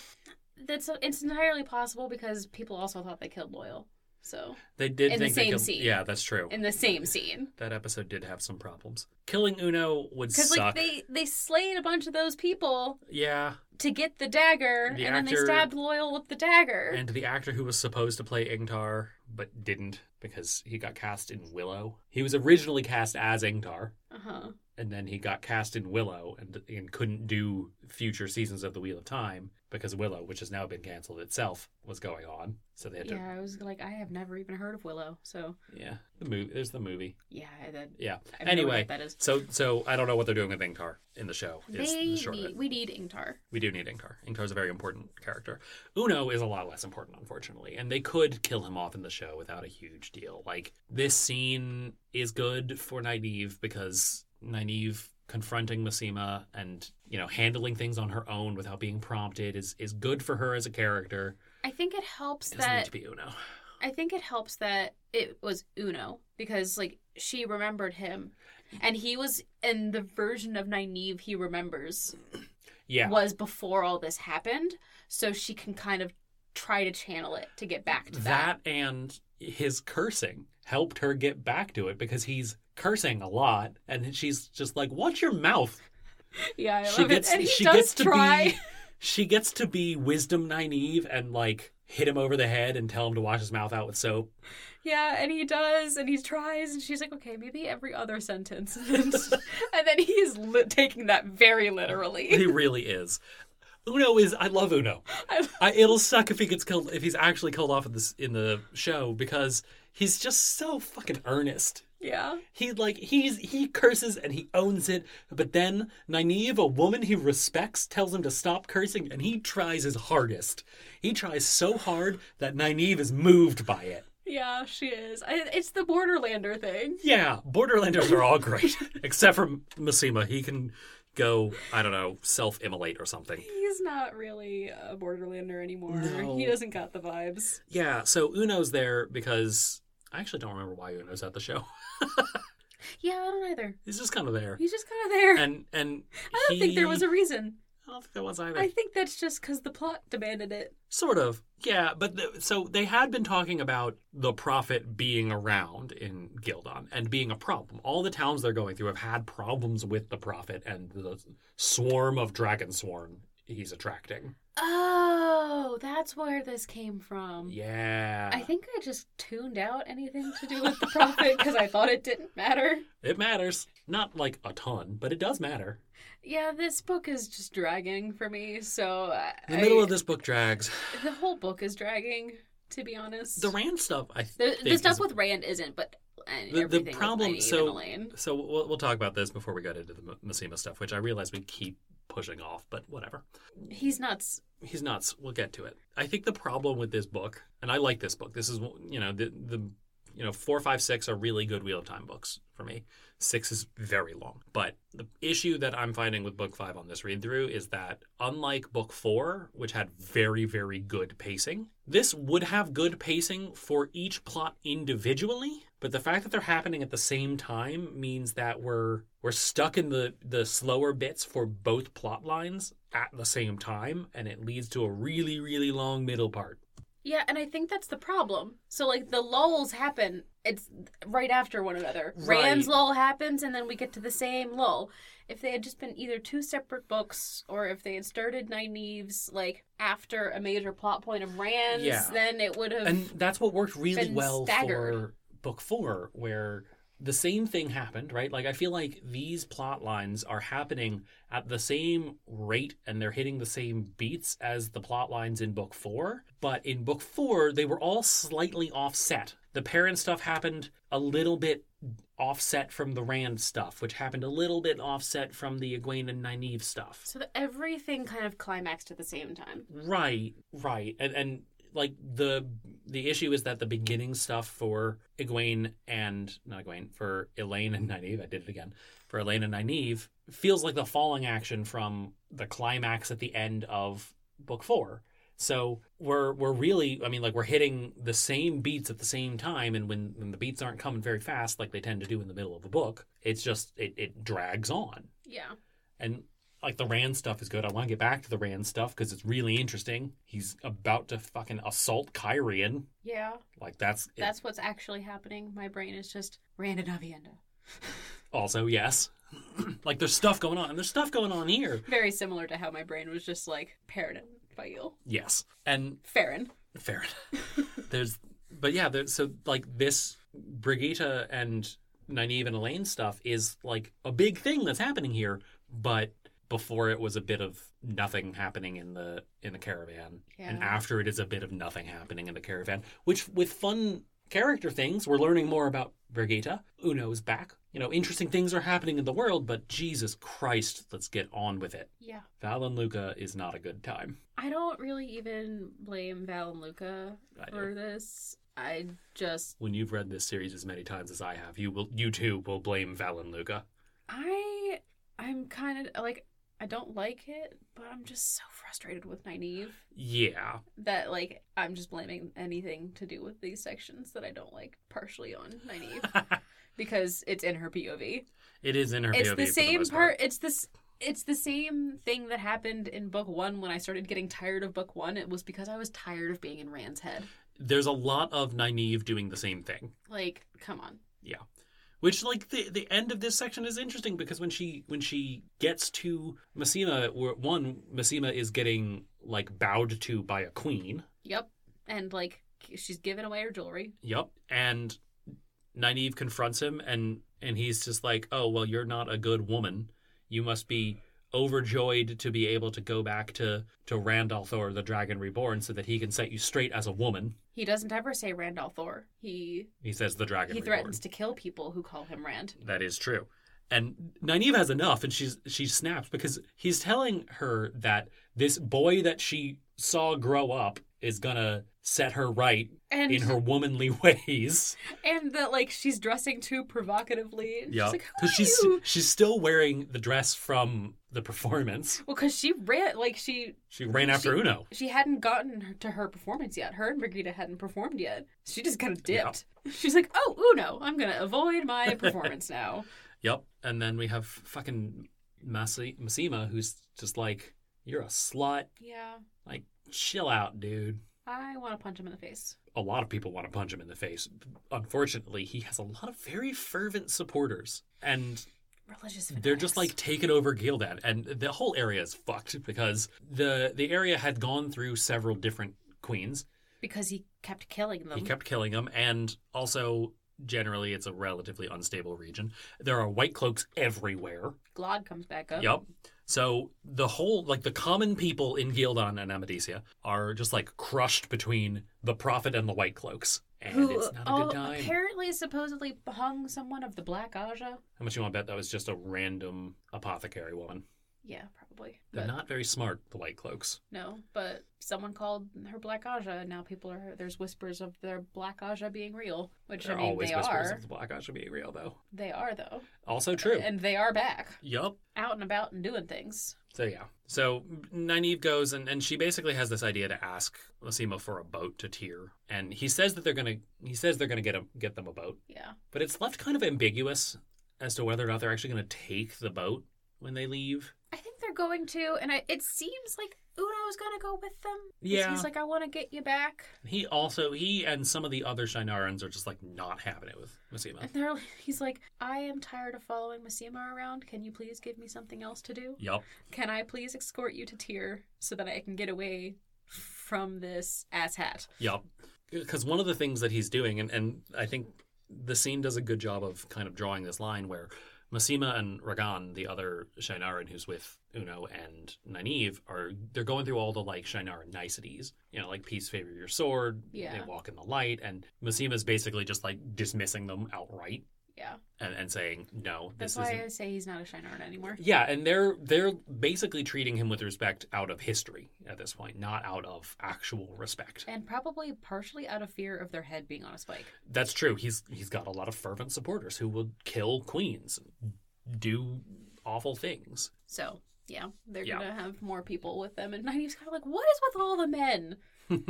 Speaker 2: That's it's entirely possible because people also thought they killed Loyal. So
Speaker 1: They did
Speaker 2: In the
Speaker 1: think they
Speaker 2: same
Speaker 1: killed.
Speaker 2: scene.
Speaker 1: Yeah, that's true.
Speaker 2: in the same scene,
Speaker 1: that episode did have some problems. Killing Uno would
Speaker 2: because
Speaker 1: suck.
Speaker 2: like they they slayed a bunch of those people
Speaker 1: yeah,
Speaker 2: to get the dagger,
Speaker 1: The
Speaker 2: and then they
Speaker 1: actor-
Speaker 2: stabbed Loyal with the dagger.
Speaker 1: and the actor who was supposed to play Ingtar but didn't because he got cast in Willow. He was originally cast as Ingtar,
Speaker 2: uh huh.
Speaker 1: and then he got cast in Willow and and couldn't do future seasons of the Wheel of Time because Willow, which has now been canceled itself, was going on. So they had to
Speaker 2: Yeah, I was like, I have never even heard of Willow. So
Speaker 1: yeah the movie. There's the movie.
Speaker 2: yeah, I- that
Speaker 1: Yeah.
Speaker 2: I have no idea
Speaker 1: anyway,
Speaker 2: what that is.
Speaker 1: so so I don't know what they're doing with Ingtar in the show.
Speaker 2: They
Speaker 1: Is the short of
Speaker 2: need,
Speaker 1: it.
Speaker 2: we need Ingtar.
Speaker 1: We do need Inktar. Inktar's a very important character. Uno is a lot less important, unfortunately, and they could kill him off in the show without a huge deal. Like, this scene is good for Nynaeve because Nynaeve confronting Massima and, you know, handling things on her own without being prompted is, is good for her as a character.
Speaker 2: I think it helps
Speaker 1: It doesn't need
Speaker 2: that
Speaker 1: to be Uno.
Speaker 2: I think it helps that it was Uno because like she remembered him, and he was and the version of Nynaeve he remembers
Speaker 1: Yeah.
Speaker 2: was before all this happened, so she can kind of try to channel it to get back to that.
Speaker 1: That and his cursing helped her get back to it because he's cursing a lot and then she's just like, Watch your mouth.
Speaker 2: Yeah, I
Speaker 1: she
Speaker 2: love
Speaker 1: gets
Speaker 2: it. And he
Speaker 1: she
Speaker 2: does
Speaker 1: gets to
Speaker 2: try. <laughs>
Speaker 1: be she gets to be wisdom naive and like hit him over the head and tell him to wash his mouth out with soap.
Speaker 2: Yeah, and he does, and he tries, and she's like, okay, maybe every other sentence. <laughs> and then he's li- taking that very literally.
Speaker 1: <laughs>
Speaker 2: <laughs>
Speaker 1: He really is. Uno is I love Uno.
Speaker 2: I-
Speaker 1: I, it'll suck if he gets killed if he's actually killed off in this in the show because he's just so fucking earnest.
Speaker 2: yeah.
Speaker 1: He like he's he curses and he owns it, but then Nynaeve, a woman he respects, tells him to stop cursing and he tries his hardest. He tries so hard that Nynaeve is moved by it.
Speaker 2: Yeah, she is. I, it's the Borderlander thing.
Speaker 1: Yeah, Borderlanders are all
Speaker 2: <laughs>
Speaker 1: great, except for Masima. He can go, I don't know, self-immolate or something.
Speaker 2: He's not really a Borderlander anymore.
Speaker 1: No.
Speaker 2: He doesn't got the vibes.
Speaker 1: Yeah, so Uno's there because I actually don't remember why Uno's at the show. <laughs>
Speaker 2: Yeah, I don't either.
Speaker 1: He's just kind of there,
Speaker 2: He's just kind of there.
Speaker 1: and and
Speaker 2: I don't think there was a reason.
Speaker 1: I don't think there was either.
Speaker 2: I think that's just because the plot demanded it.
Speaker 1: Sort of, yeah. But the, so they had been talking about the prophet being around in Gildon and being a problem. All the towns they're going through have had problems with the prophet and the swarm of dragon swarm he's attracting.
Speaker 2: Oh, that's where this came from.
Speaker 1: Yeah,
Speaker 2: Um, I think I just tuned out anything to do with <laughs> the prophet because I thought it didn't matter.
Speaker 1: It matters. Not like a ton, but it does matter.
Speaker 2: Yeah, this book is just dragging for me. So I,
Speaker 1: The middle of this book
Speaker 2: <sighs>
Speaker 1: drags.
Speaker 2: the whole book is dragging, to be honest.
Speaker 1: The Rand stuff, I th-
Speaker 2: the, the
Speaker 1: think
Speaker 2: stuff
Speaker 1: is-
Speaker 2: with Rand isn't, but and
Speaker 1: The- the
Speaker 2: everything with
Speaker 1: problem-
Speaker 2: Nynaeve
Speaker 1: so-
Speaker 2: and Elaine.
Speaker 1: So we'll, we'll talk about this before we get into the M- Massima stuff, which I realize we keep pushing off, but whatever.
Speaker 2: he's nuts.
Speaker 1: He's nuts. We'll get to it. I think the problem with this book, and I like this book. This is you know the the you know four, five, six are really good Wheel of Time books for me. Six is very long, but the issue that I'm finding with book five on this read through is that unlike book four, which had very very good pacing, this would have good pacing for each plot individually. But the fact that they're happening at the same time means that we're we're stuck in the the slower bits for both plot lines at the same time, and it leads to a really really long middle part.
Speaker 2: Yeah, and I think that's the problem. So like the lulls happen. It's right after one another.
Speaker 1: Right.
Speaker 2: Rand's lull happens, and then we get to the same lull. If they had just been either two separate books, or if they had started Nynaeve's like after a major plot point of Rand's,
Speaker 1: Yeah.
Speaker 2: then it would have.
Speaker 1: and that's what worked really
Speaker 2: been
Speaker 1: well for
Speaker 2: staggered.
Speaker 1: book four where the same thing happened right like i feel like these plot lines are happening at the same rate and they're hitting the same beats as the plot lines in book four but in book four they were all slightly offset the parent stuff happened a little bit offset from the rand stuff which happened a little bit offset from the egwene and nynaeve stuff
Speaker 2: So that everything kind of climaxed at the same time.
Speaker 1: Right, right, and and like the the issue is that the beginning stuff for Egwene and not Egwene for Elaine and Nynaeve, I did it again for Elaine and Nynaeve feels like the falling action from the climax at the end of book four. So we're we're really I mean like we're hitting the same beats at the same time and when, when the beats aren't coming very fast like they tend to do in the middle of a book, it's just it, it drags on.
Speaker 2: Yeah.
Speaker 1: And like the Rand stuff is good. I want to get back to the Rand stuff because it's really interesting. He's about to fucking assault Kyrian.
Speaker 2: Yeah.
Speaker 1: Like that's, it.
Speaker 2: That's what's actually happening. My brain is just Rand and Avienda.
Speaker 1: also yes. <clears throat> like there's stuff going on and there's stuff going on here.
Speaker 2: Very similar to how my brain was just like parroted by you.
Speaker 1: Yes. And
Speaker 2: Farron.
Speaker 1: Fair enough. <laughs> There's, but yeah, there, so like this Brigitte and Nynaeve and Elaine stuff is like a big thing that's happening here. But before it was a bit of nothing happening in the in the caravan, and
Speaker 2: Yeah.
Speaker 1: after it is a bit of nothing happening in the caravan. Which with fun character things, we're learning more about Brigitte. Uno is back. You know, interesting things are happening in the world, but Jesus Christ, let's get on with it.
Speaker 2: Yeah.
Speaker 1: Val and Luca is not a good time.
Speaker 2: I don't really even blame Val and Luca
Speaker 1: I do.
Speaker 2: for this. I just
Speaker 1: when you've read this series as many times as I have, you will you too will blame Val and Luca.
Speaker 2: I I'm kind of like I don't like it, but I'm just so frustrated with Nynaeve
Speaker 1: Yeah.
Speaker 2: that like I'm just blaming anything to do with these sections that I don't like partially on
Speaker 1: <laughs>
Speaker 2: Nynaeve because it's in her POV.
Speaker 1: <laughs> it is in her
Speaker 2: It's
Speaker 1: POV
Speaker 2: the
Speaker 1: for
Speaker 2: same
Speaker 1: most
Speaker 2: part. It's this. It's the same thing that happened in book one when I started getting tired of book one. It was because I was tired of being in Rand's head.
Speaker 1: There's a lot of Nynaeve doing the same thing.
Speaker 2: Like, come on.
Speaker 1: Yeah. Which like the the end of this section is interesting because when she when she gets to Massima, where one Massima is getting like bowed to by a queen.
Speaker 2: Yep. And like, she's giving away her jewelry.
Speaker 1: Yep. And Nynaeve confronts him and and he's just like, Oh, well, you're not a good woman. You must be overjoyed to be able to go back to, to Randolph or the Dragon Reborn so that he can set you straight as a woman.
Speaker 2: He doesn't ever say Randolph Thor. He
Speaker 1: He says the Dragon
Speaker 2: he
Speaker 1: Reborn.
Speaker 2: threatens to kill people who call him Rand.
Speaker 1: That is true. And Nynaeve has enough and she's she snaps because he's telling her that this boy that she saw grow up is gonna set her right
Speaker 2: And
Speaker 1: in her womanly <laughs> ways.
Speaker 2: and that like she's dressing too provocatively. And
Speaker 1: Yeah,
Speaker 2: She's like, who are
Speaker 1: because she's
Speaker 2: you?
Speaker 1: she's still wearing the dress from the performance.
Speaker 2: Well, because she ran like she
Speaker 1: She ran after Uno.
Speaker 2: she hadn't gotten her- to her performance yet. Her and Brigida hadn't performed yet. She just kind of dipped. She's like, oh, Uno, I'm gonna avoid my performance now. <laughs>
Speaker 1: Yep, and then we have fucking Masi- Massima, who's just like, "You're a slut.
Speaker 2: Yeah,
Speaker 1: Like, chill out, dude."
Speaker 2: I want to punch him in the face.
Speaker 1: A lot of people want to punch him in the face. Unfortunately, he has a lot of very fervent supporters, and
Speaker 2: Religious.
Speaker 1: they're just like
Speaker 2: fanatics.
Speaker 1: taking over Gildan, and the whole area is fucked because the the area had gone through several different queens.
Speaker 2: because he kept killing them.
Speaker 1: He kept killing them, and also generally it's a relatively unstable region. There are white cloaks everywhere.
Speaker 2: Glod comes back up.
Speaker 1: Yep. So the whole like the common people in Gildan and Amadicia are just like crushed between the prophet and the white cloaks. And
Speaker 2: Who
Speaker 1: it's not a
Speaker 2: oh,
Speaker 1: good time.
Speaker 2: apparently supposedly hung someone of the Black Aja.
Speaker 1: How much you want to bet that was just a random apothecary woman?
Speaker 2: Yeah, probably.
Speaker 1: They're
Speaker 2: But-
Speaker 1: not very smart, the white cloaks.
Speaker 2: No, but someone called her Black Aja, and now people are there's whispers of their Black Aja being real, which
Speaker 1: There
Speaker 2: I
Speaker 1: are
Speaker 2: mean
Speaker 1: always
Speaker 2: they
Speaker 1: whispers
Speaker 2: are.
Speaker 1: of the black eye should be real though.
Speaker 2: They are though,
Speaker 1: Also true.
Speaker 2: and they are back
Speaker 1: yup.
Speaker 2: out and about and doing things.
Speaker 1: So yeah. So Nynaeve goes and, and she basically has this idea to ask Massimo for a boat to Tyr. And he says that they're gonna he says they're gonna get a, get them a boat.
Speaker 2: Yeah,
Speaker 1: But it's left kind of ambiguous as to whether or not they're actually gonna take the boat when they leave.
Speaker 2: I think they're going to, and I, it seems like Uno's gonna go with them. 'Cause
Speaker 1: Yeah.
Speaker 2: he's like, I want to get you back,
Speaker 1: He also he and some of the other Shinarans are just like not having it with Massimo.
Speaker 2: and they're <laughs> he's like, I am tired of following Masima around. Can you please give me something else to do?
Speaker 1: Yup.
Speaker 2: Can I please escort you to Tyr so that I can get away from this asshat?
Speaker 1: Yep. Because one of the things that he's doing, and, and I think the scene does a good job of kind of drawing this line where Massima and Ragan, the other Shinaran who's with Uno and Nynaeve, are they're going through all the like Shinaran niceties. You know, like peace favor your sword,
Speaker 2: Yeah.
Speaker 1: they walk in the light, and Massima's basically just like dismissing them outright
Speaker 2: Yeah,
Speaker 1: and, and saying, No,
Speaker 2: that's
Speaker 1: this
Speaker 2: why
Speaker 1: isn't
Speaker 2: I say he's not a Shinarn anymore.
Speaker 1: yeah, and they're they're basically treating him with respect out of history at this point, not out of actual respect.
Speaker 2: And probably partially out of fear of their head being on a spike.
Speaker 1: That's true. He's he's got a lot of fervent supporters who will kill queens, do awful things.
Speaker 2: So, yeah, they're
Speaker 1: Yeah.
Speaker 2: gonna have more people with them. And Nynaeve's kind of like, what is with all the
Speaker 1: <laughs>
Speaker 2: men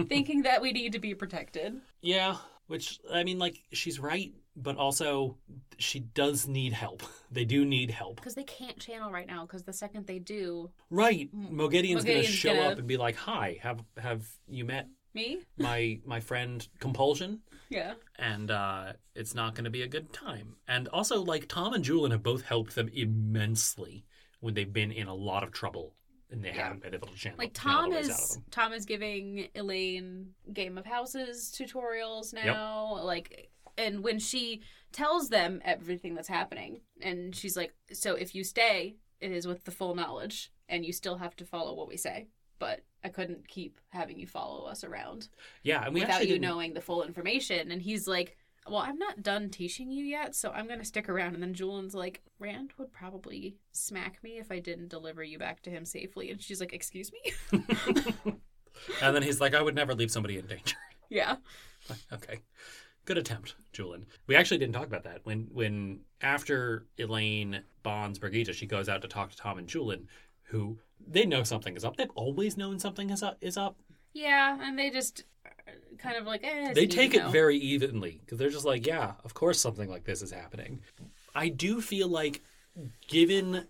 Speaker 2: thinking that we need to be protected?
Speaker 1: Yeah, which I mean, like she's right, but also she does need help. <laughs> They do need help,
Speaker 2: Because they can't channel right now. Because the second they do,
Speaker 1: right? Mogedian's gonna
Speaker 2: Hmm. Mogedian's
Speaker 1: show
Speaker 2: gonna-
Speaker 1: up and be like, "Hi, have have you met
Speaker 2: me,
Speaker 1: my my friend Compulsion?"
Speaker 2: yeah,
Speaker 1: And uh, it's not gonna be a good time. And also, like Tom and Julian have both helped them immensely when they've been in a lot of trouble and they haven't been able to channel
Speaker 2: like
Speaker 1: channel
Speaker 2: Tom
Speaker 1: the ways out of
Speaker 2: is
Speaker 1: them.
Speaker 2: Tom is giving Elaine Game of Houses tutorials now. Like, and when she tells them everything that's happening, and she's like, so if you stay, it is with the full knowledge, and you still have to follow what we say. But I couldn't keep having you follow us around.
Speaker 1: yeah, and we
Speaker 2: without
Speaker 1: actually
Speaker 2: you
Speaker 1: didn't-
Speaker 2: knowing the full information. And he's like, Well, I'm not done teaching you yet, so I'm going to stick around. And then Julian's like, Rand would probably smack me if I didn't deliver you back to him safely. And she's like, Excuse me?
Speaker 1: And then he's like, "I would never leave somebody in danger." <laughs>
Speaker 2: yeah.
Speaker 1: Okay. Good attempt, Julian. We actually didn't talk about that. When when after Elaine bonds Brigitte, she goes out to talk to Tom and Julian, who they know something is up. They've always known something is up. Is up.
Speaker 2: Yeah. And they just uh, kind of like, eh, it's
Speaker 1: they
Speaker 2: an
Speaker 1: take
Speaker 2: easy
Speaker 1: it
Speaker 2: no.
Speaker 1: very evenly because they're just like, yeah, of course something like this is happening. I do feel like, given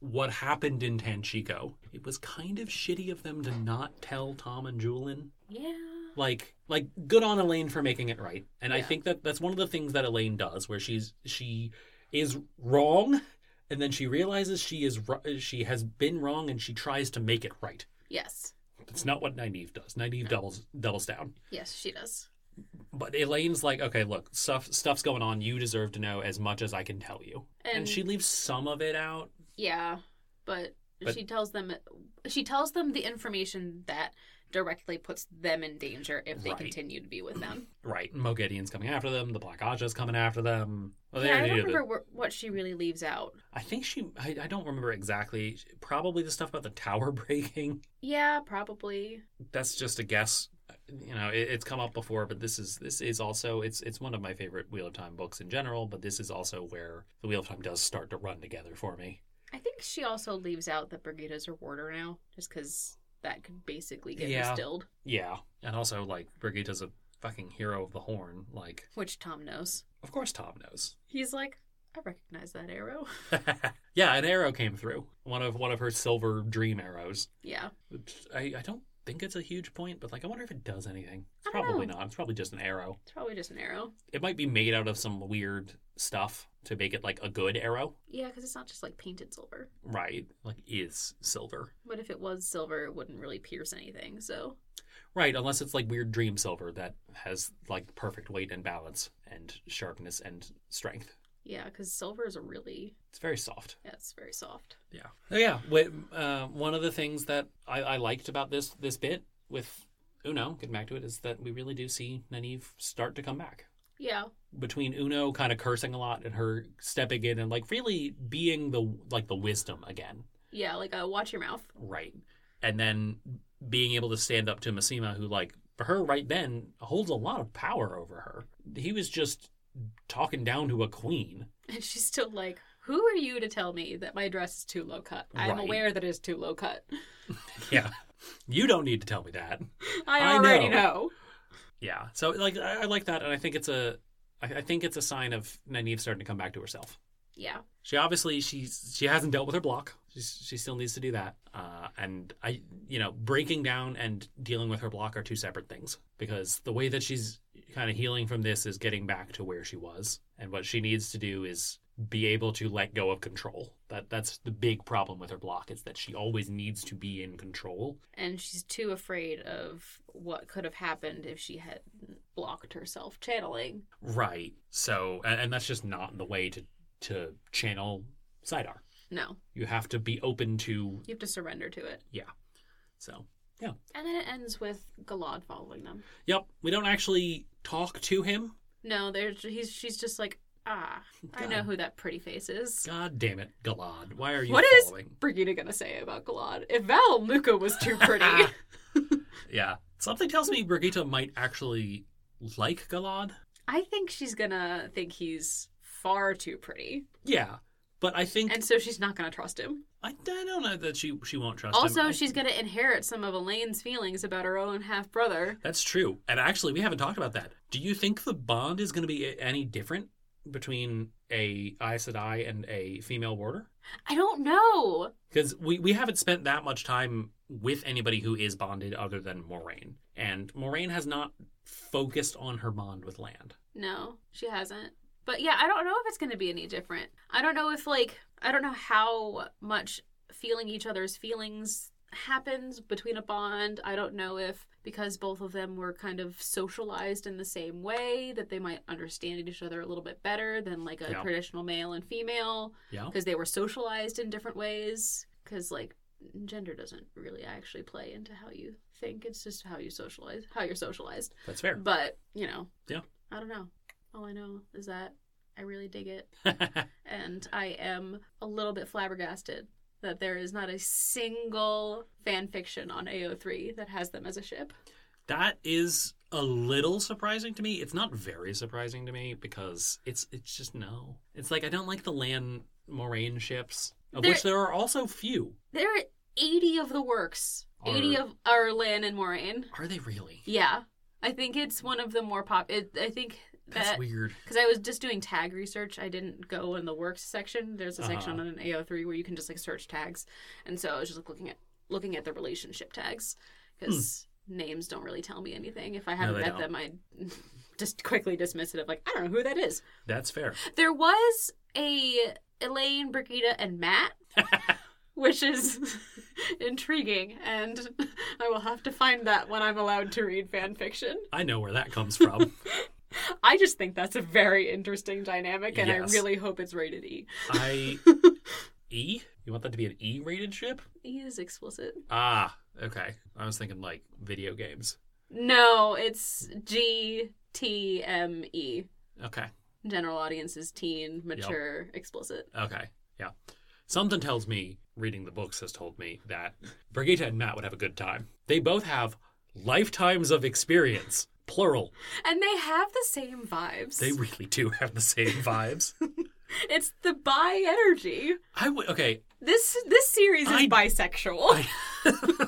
Speaker 1: what happened in Tanchico, it was kind of shitty of them to not tell Tom and Julian
Speaker 2: Yeah.
Speaker 1: like like good on Elaine for making it right. And I
Speaker 2: Yeah.
Speaker 1: think that that's one of the things that Elaine does where she's she is wrong and then she realizes she is ri- she has been wrong and she tries to make it right.
Speaker 2: Yes.
Speaker 1: That's not what Nynaeve does. Nynaeve doubles doubles down.
Speaker 2: Yes, she does.
Speaker 1: But Elaine's like, "Okay, look, stuff stuff's going on. You deserve to know as much as I can tell you." And,
Speaker 2: And-
Speaker 1: she leaves some of it out.
Speaker 2: Yeah. But.
Speaker 1: But-
Speaker 2: she tells them she tells them the information that directly puts them in danger if they
Speaker 1: Right.
Speaker 2: continue to be with them.
Speaker 1: Right. Mogedian's coming after them. The Black Aja's coming after them. Well, they
Speaker 2: yeah, I
Speaker 1: already
Speaker 2: don't
Speaker 1: knew that-
Speaker 2: remember wh- what she really leaves out.
Speaker 1: I think she. I, I don't remember exactly. Probably the stuff about the tower <laughs> breaking.
Speaker 2: Yeah, probably.
Speaker 1: That's just a guess. You know, it, it's come up before, but this is this is also it's it's one of my favorite Wheel of Time books in general. But this is also where the Wheel of Time does start to run together for me.
Speaker 2: I think she also leaves out that Brigida's her warder now, just because that could basically get
Speaker 1: Yeah.
Speaker 2: distilled,
Speaker 1: Yeah, and also like Brigitte's a fucking hero of the horn. Like,
Speaker 2: which Tom knows.
Speaker 1: of course Tom knows. <laughs>
Speaker 2: He's like, I recognize that arrow. <laughs>
Speaker 1: yeah, an arrow came through one of one of her silver dream arrows.
Speaker 2: yeah.
Speaker 1: Which I I don't think it's a huge point, but like I wonder if it does anything. It's
Speaker 2: I don't
Speaker 1: probably
Speaker 2: know.
Speaker 1: not. It's probably just an arrow.
Speaker 2: It's probably just an arrow.
Speaker 1: it might be made out of some weird stuff to make it like a good arrow.
Speaker 2: Yeah, because it's not just like painted silver.
Speaker 1: Right. Like is silver.
Speaker 2: But if it was silver, it wouldn't really pierce anything, so.
Speaker 1: Right, unless it's like weird dream silver that has like perfect weight and balance and sharpness and strength.
Speaker 2: Yeah, because silver is a really.
Speaker 1: It's very soft.
Speaker 2: Yeah, it's very soft.
Speaker 1: Yeah. Oh, yeah. Wait, uh, one of the things that I, I liked about this this bit with Uno, getting back to it, is that we really do see Nynaeve start to come back.
Speaker 2: Yeah.
Speaker 1: Between Uno kind of cursing a lot and her stepping in and like really being the like the wisdom again.
Speaker 2: Yeah, like, uh, watch your mouth. <laughs>
Speaker 1: Right. And then being able to stand up to Masima, who, like, for her right then holds a lot of power over her. He was just talking down to a queen.
Speaker 2: And she's still like, Who are you to tell me that my dress is too low cut? I'm
Speaker 1: Right.
Speaker 2: aware that it's too low cut.
Speaker 1: <laughs> Yeah. <laughs> you don't need to tell me that.
Speaker 2: <laughs> I
Speaker 1: I
Speaker 2: already
Speaker 1: know.
Speaker 2: know.
Speaker 1: Yeah. So, like, I, I like that. And I think it's a. I I think it's a sign of Nynaeve starting to come back to herself.
Speaker 2: Yeah.
Speaker 1: She obviously she's she hasn't dealt with her block. She's, she still needs to do that. Uh, and I, you know, breaking down and dealing with her block are two separate things because the way that she's kind of healing from this is getting back to where she was, and what she needs to do is be able to let go of control. That that's the big problem with her block is that she always needs to be in control.
Speaker 2: And she's too afraid of what could have happened if she had blocked herself channeling.
Speaker 1: Right. So, and, and that's just not the way to to channel Sidar.
Speaker 2: No,
Speaker 1: You have to be open to
Speaker 2: you have to surrender to it.
Speaker 1: so.
Speaker 2: And then it ends with Galad following them.
Speaker 1: Yep, we don't actually talk to him.
Speaker 2: No, there's he's she's just like, ah, I know who that pretty face is.
Speaker 1: God damn it, Galad. Why are you
Speaker 2: What is
Speaker 1: following?
Speaker 2: Brigida gonna say about Galad? If Val Luca was too pretty, <laughs>
Speaker 1: Yeah. Something tells me Brigitte might actually like Galad.
Speaker 2: I think she's gonna think he's far too pretty.
Speaker 1: Yeah. But I think
Speaker 2: And so she's not going to trust him.
Speaker 1: I, I don't know that she she won't trust him.
Speaker 2: Also,
Speaker 1: I-
Speaker 2: she's going to inherit some of Elaine's feelings about her own half brother.
Speaker 1: That's true. And actually, we haven't talked about that. Do you think the bond is going to be any different between a Aes Sedai and a female warder?
Speaker 2: I don't know.
Speaker 1: Because we, we haven't spent that much time with anybody who is bonded other than Moraine. And Moraine has not focused on her bond with land.
Speaker 2: No, she hasn't. But yeah, I don't know if it's going to be any different. I don't know if, like, I don't know how much feeling each other's feelings happens between a bond. I don't know if, because both of them were kind of socialized in the same way, that they might understand each other a little bit better than, like, a
Speaker 1: Yeah. Oh.
Speaker 2: traditional male and female,
Speaker 1: Yeah.
Speaker 2: because they were socialized in different ways. Because, like, gender doesn't really actually play into how you think, it's just how you socialize, how you're socialized.
Speaker 1: That's fair.
Speaker 2: But, you know.
Speaker 1: Yeah.
Speaker 2: I don't know. All I know is that I really dig it. And I am a little bit flabbergasted that there is not a single fan fiction on AO3 that has them as a ship.
Speaker 1: <laughs> that is a little surprising to me. It's not very surprising to me because it's it's just no. It's like I don't like the land Moraine ships, of
Speaker 2: There-
Speaker 1: which there are also few.
Speaker 2: There are 80 of the works.
Speaker 1: Are-
Speaker 2: 80 of our Lan and Moraine.
Speaker 1: Are they really?
Speaker 2: Yeah. I think it's one of the more pop. It, I think
Speaker 1: That's
Speaker 2: that.
Speaker 1: weird.
Speaker 2: Because I was just doing tag research. I didn't go in the works section. There's a section
Speaker 1: Uh-huh.
Speaker 2: on an AO3 where you can just like search tags, and so I was just like looking at looking at the relationship tags because names don't really tell me anything. If I haven't
Speaker 1: Hmm. they
Speaker 2: met
Speaker 1: don't.
Speaker 2: them, I <laughs> just quickly dismiss it. Of like I don't know who that is.
Speaker 1: That's fair.
Speaker 2: There was a Elaine, Brigida,
Speaker 1: <laughs>
Speaker 2: and Matt, which is <laughs> intriguing, and <laughs> I will have to find that when I'm allowed to read fan fiction.
Speaker 1: I know where that comes from.
Speaker 2: I just think that's a very interesting dynamic, and
Speaker 1: Yes.
Speaker 2: I really hope it's rated E.
Speaker 1: I E. You want that to be an E-rated ship?
Speaker 2: E is explicit.
Speaker 1: Ah, okay. I was thinking like video games.
Speaker 2: No, it's G T M E.
Speaker 1: Okay,
Speaker 2: General audience is teen, mature, explicit.
Speaker 1: okay, yeah. Something tells me reading the books has told me that Brigitte and Matt would have a good time. They both have lifetimes of experience, plural.
Speaker 2: And they have the same vibes.
Speaker 1: They really do have the same <laughs> vibes.
Speaker 2: It's the bi energy.
Speaker 1: I would okay.
Speaker 2: This this series is
Speaker 1: I-
Speaker 2: bisexual. <laughs>
Speaker 1: I, <laughs>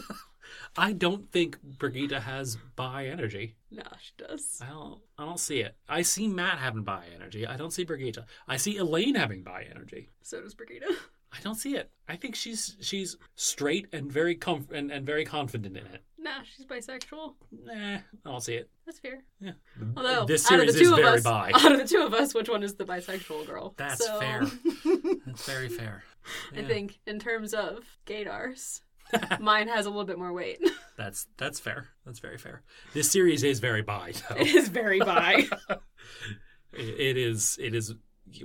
Speaker 1: I don't think Brigitte has bi energy.
Speaker 2: no, she does.
Speaker 1: I don't. I don't see it. I see Matt having bi energy. I don't see Brigitte. I see Elaine having bi energy.
Speaker 2: So does Brigida. <laughs>
Speaker 1: I don't see it. I think she's she's straight and very comf- and, and very confident in it.
Speaker 2: Nah, she's bisexual.
Speaker 1: Nah, I don't see it.
Speaker 2: That's fair.
Speaker 1: Yeah.
Speaker 2: Although
Speaker 1: this
Speaker 2: out of
Speaker 1: series
Speaker 2: the
Speaker 1: is
Speaker 2: two of
Speaker 1: very
Speaker 2: us, <laughs>
Speaker 1: bi.
Speaker 2: out of the two of us, which one is the bisexual girl?
Speaker 1: That's
Speaker 2: So, <laughs>
Speaker 1: fair. That's very fair.
Speaker 2: I
Speaker 1: Yeah.
Speaker 2: think in terms of gaydars,
Speaker 1: <laughs>
Speaker 2: mine has a little bit more weight.
Speaker 1: Oh. that's that's fair. That's very fair. This series is very bi though.
Speaker 2: <laughs> it is
Speaker 1: <laughs>
Speaker 2: very <laughs> bi.
Speaker 1: It- it is it is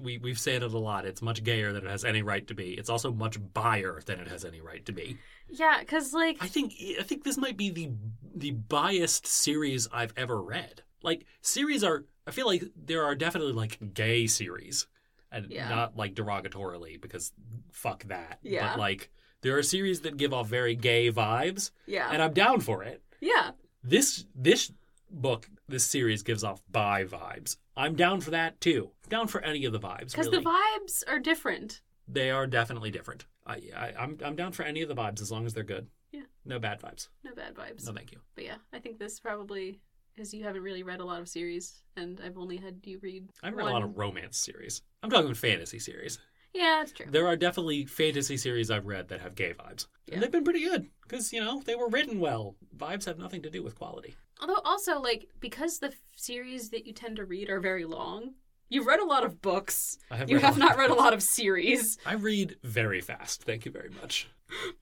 Speaker 1: we we've said it a lot. It's much gayer than it has any right to be. It's also much buyer than it has any right to be.
Speaker 2: yeah, because like
Speaker 1: I think I think this might be the the biased series I've ever read. Like series are I feel like there are definitely like gay series and
Speaker 2: Yeah.
Speaker 1: not like derogatorily because fuck that.
Speaker 2: Yeah.
Speaker 1: But like there are series that give off very gay vibes
Speaker 2: yeah,
Speaker 1: and I'm down for it.
Speaker 2: yeah,
Speaker 1: This this book this series gives off bi vibes. I'm down for that too. Down for any of the vibes
Speaker 2: because
Speaker 1: really.
Speaker 2: the vibes are different.
Speaker 1: they are definitely different. I, I I'm I'm down for any of the vibes as long as they're good.
Speaker 2: Yeah.
Speaker 1: No bad vibes.
Speaker 2: No bad vibes.
Speaker 1: No thank you.
Speaker 2: But yeah, I think this probably because you haven't really read a lot of series, and I've only had you read.
Speaker 1: I've read a
Speaker 2: one.
Speaker 1: lot of romance series. I'm talking fantasy series.
Speaker 2: Yeah, that's true.
Speaker 1: There are definitely fantasy series I've read that have gay vibes.
Speaker 2: Yeah.
Speaker 1: And they've been pretty good because, you know, they were written well. Vibes have nothing to do with quality.
Speaker 2: Although also like because the f- series that you tend to read are very long, you've read a lot of books.
Speaker 1: I have
Speaker 2: You
Speaker 1: read a
Speaker 2: have
Speaker 1: lot
Speaker 2: not
Speaker 1: of
Speaker 2: read a
Speaker 1: books.
Speaker 2: lot of series,
Speaker 1: I read very fast. Thank you very much.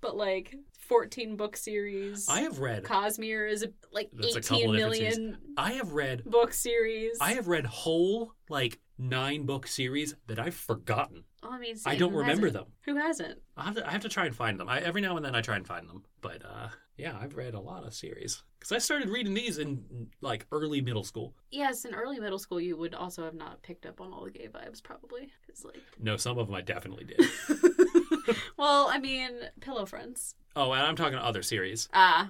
Speaker 2: but like fourteen book series.
Speaker 1: I have read.
Speaker 2: Cosmere is a, like
Speaker 1: That's a
Speaker 2: eighteen
Speaker 1: couple of different series.
Speaker 2: million
Speaker 1: I have read.
Speaker 2: book series.
Speaker 1: I have read whole, like, nine book series that I've forgotten.
Speaker 2: Oh, I mean,
Speaker 1: I
Speaker 2: same.
Speaker 1: don't
Speaker 2: Who
Speaker 1: remember
Speaker 2: hasn't?
Speaker 1: them.
Speaker 2: Who hasn't?
Speaker 1: I have to, I have to try and find them. I, every now and then I try and find them. But uh, yeah, I've read a lot of series because I started reading these in, like, early middle school.
Speaker 2: Yes, in early middle school, you would also have not picked up on all the gay vibes, probably. 'Cause,
Speaker 1: <laughs> No, some of them I definitely did. <laughs>
Speaker 2: like, well, I mean, Pillow Friends.
Speaker 1: Oh, and I'm talking other series.
Speaker 2: Ah,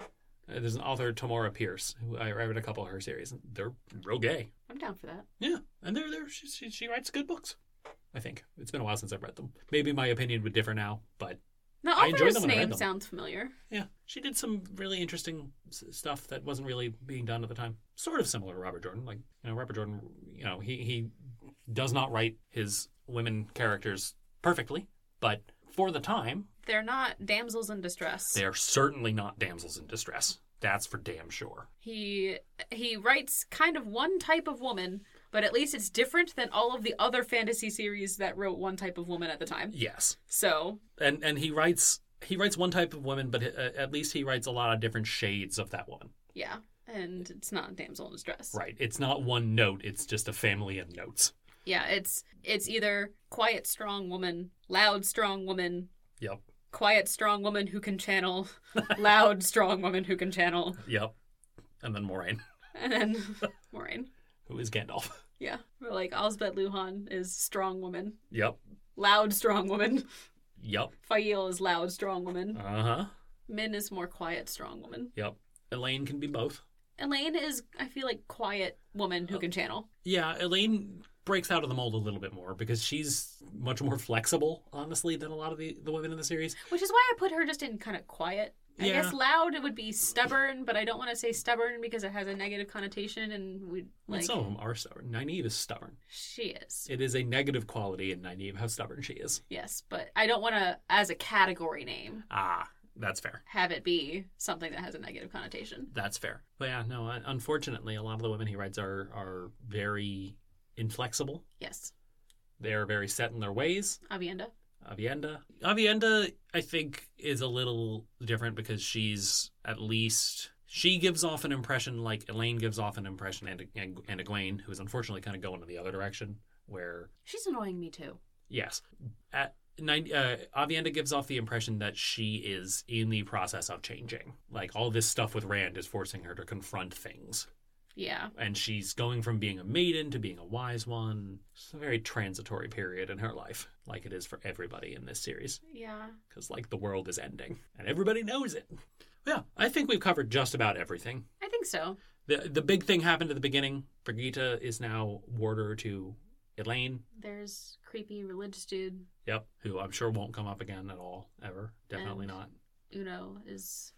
Speaker 1: Uh, There's an author, Tamora Pierce, who I I read a couple of her series. They're real gay.
Speaker 2: I'm down for that.
Speaker 1: Yeah, and they're there. She, she she writes good books. I think. It's been a while since I've read them. Maybe my opinion would differ now, but
Speaker 2: The
Speaker 1: I enjoyed
Speaker 2: author's
Speaker 1: them when I read
Speaker 2: name
Speaker 1: them.
Speaker 2: sounds familiar.
Speaker 1: yeah. She did some really interesting s- stuff that wasn't really being done at the time. Sort of similar to Robert Jordan. Like, you know, Robert Jordan, you know, he, he does not write his women characters perfectly, but for the time,
Speaker 2: They're not damsels in distress.
Speaker 1: they are certainly not damsels in distress. That's for damn sure.
Speaker 2: He he writes kind of one type of woman, but at least it's different than all of the other fantasy series that wrote one type of woman at the time.
Speaker 1: Yes.
Speaker 2: So
Speaker 1: and and he writes he writes one type of woman, but uh, at least he writes a lot of different shades of that woman.
Speaker 2: yeah, and it's not a damsel in distress.
Speaker 1: Right? It's not one note; it's just a family of notes.
Speaker 2: Yeah, it's it's either quiet strong woman, loud strong woman,
Speaker 1: Yep,
Speaker 2: quiet strong woman who can channel, <laughs> loud strong woman who can channel,
Speaker 1: yep. And then Moraine,
Speaker 2: and
Speaker 1: <laughs>
Speaker 2: then Moraine.
Speaker 1: who is Gandalf.
Speaker 2: Yeah, we're like Osbet Luhan is strong woman,
Speaker 1: Yep,
Speaker 2: loud strong woman. <laughs>
Speaker 1: yep.
Speaker 2: Fael is loud strong woman.
Speaker 1: Uh huh.
Speaker 2: Min is more quiet strong woman.
Speaker 1: Yep. Elaine can be both.
Speaker 2: Elaine is, I feel like, quiet woman
Speaker 1: Oh.
Speaker 2: who can channel.
Speaker 1: Yeah, Elaine breaks out of the mold a little bit more because she's much more flexible, honestly, than a lot of the, the women in the series.
Speaker 2: Which is why I put her just in kind of quiet. I
Speaker 1: Yeah.
Speaker 2: guess loud it would be stubborn, but I don't want to say stubborn because it has a negative connotation, and we
Speaker 1: Like,
Speaker 2: like
Speaker 1: some of them are stubborn. Nynaeve is stubborn.
Speaker 2: she is.
Speaker 1: It is a negative quality in Nynaeve how stubborn she is.
Speaker 2: Yes, but I don't want to, as a category name,
Speaker 1: Ah, that's fair.
Speaker 2: have it be something that has a negative connotation.
Speaker 1: That's fair. But yeah, no, un- unfortunately, a lot of the women he writes are are very inflexible.
Speaker 2: Yes,
Speaker 1: They are very set in their ways.
Speaker 2: Avienda.
Speaker 1: Avienda. Avienda, I think, is a little different because she's at least. She gives off an impression like Elaine gives off an impression, and, and, and Egwene, who is unfortunately kind of going in the other direction, where
Speaker 2: She's annoying me too.
Speaker 1: Yes. At nine, uh, Avienda gives off the impression that she is in the process of changing. Like all this stuff with Rand is forcing her to confront things,
Speaker 2: Yeah,
Speaker 1: and she's going from being a maiden to being a wise one. It's a very transitory period in her life, like it is for everybody in this series,
Speaker 2: yeah.
Speaker 1: because like the world is ending, and everybody knows it. Yeah, I think we've covered just about everything.
Speaker 2: I think so.
Speaker 1: the The big thing happened at the beginning. Brigitte is now warder to Elaine.
Speaker 2: There's creepy religious dude.
Speaker 1: Yep. Who I'm sure won't come up again at all, ever. Definitely
Speaker 2: And-
Speaker 1: not.
Speaker 2: Uno is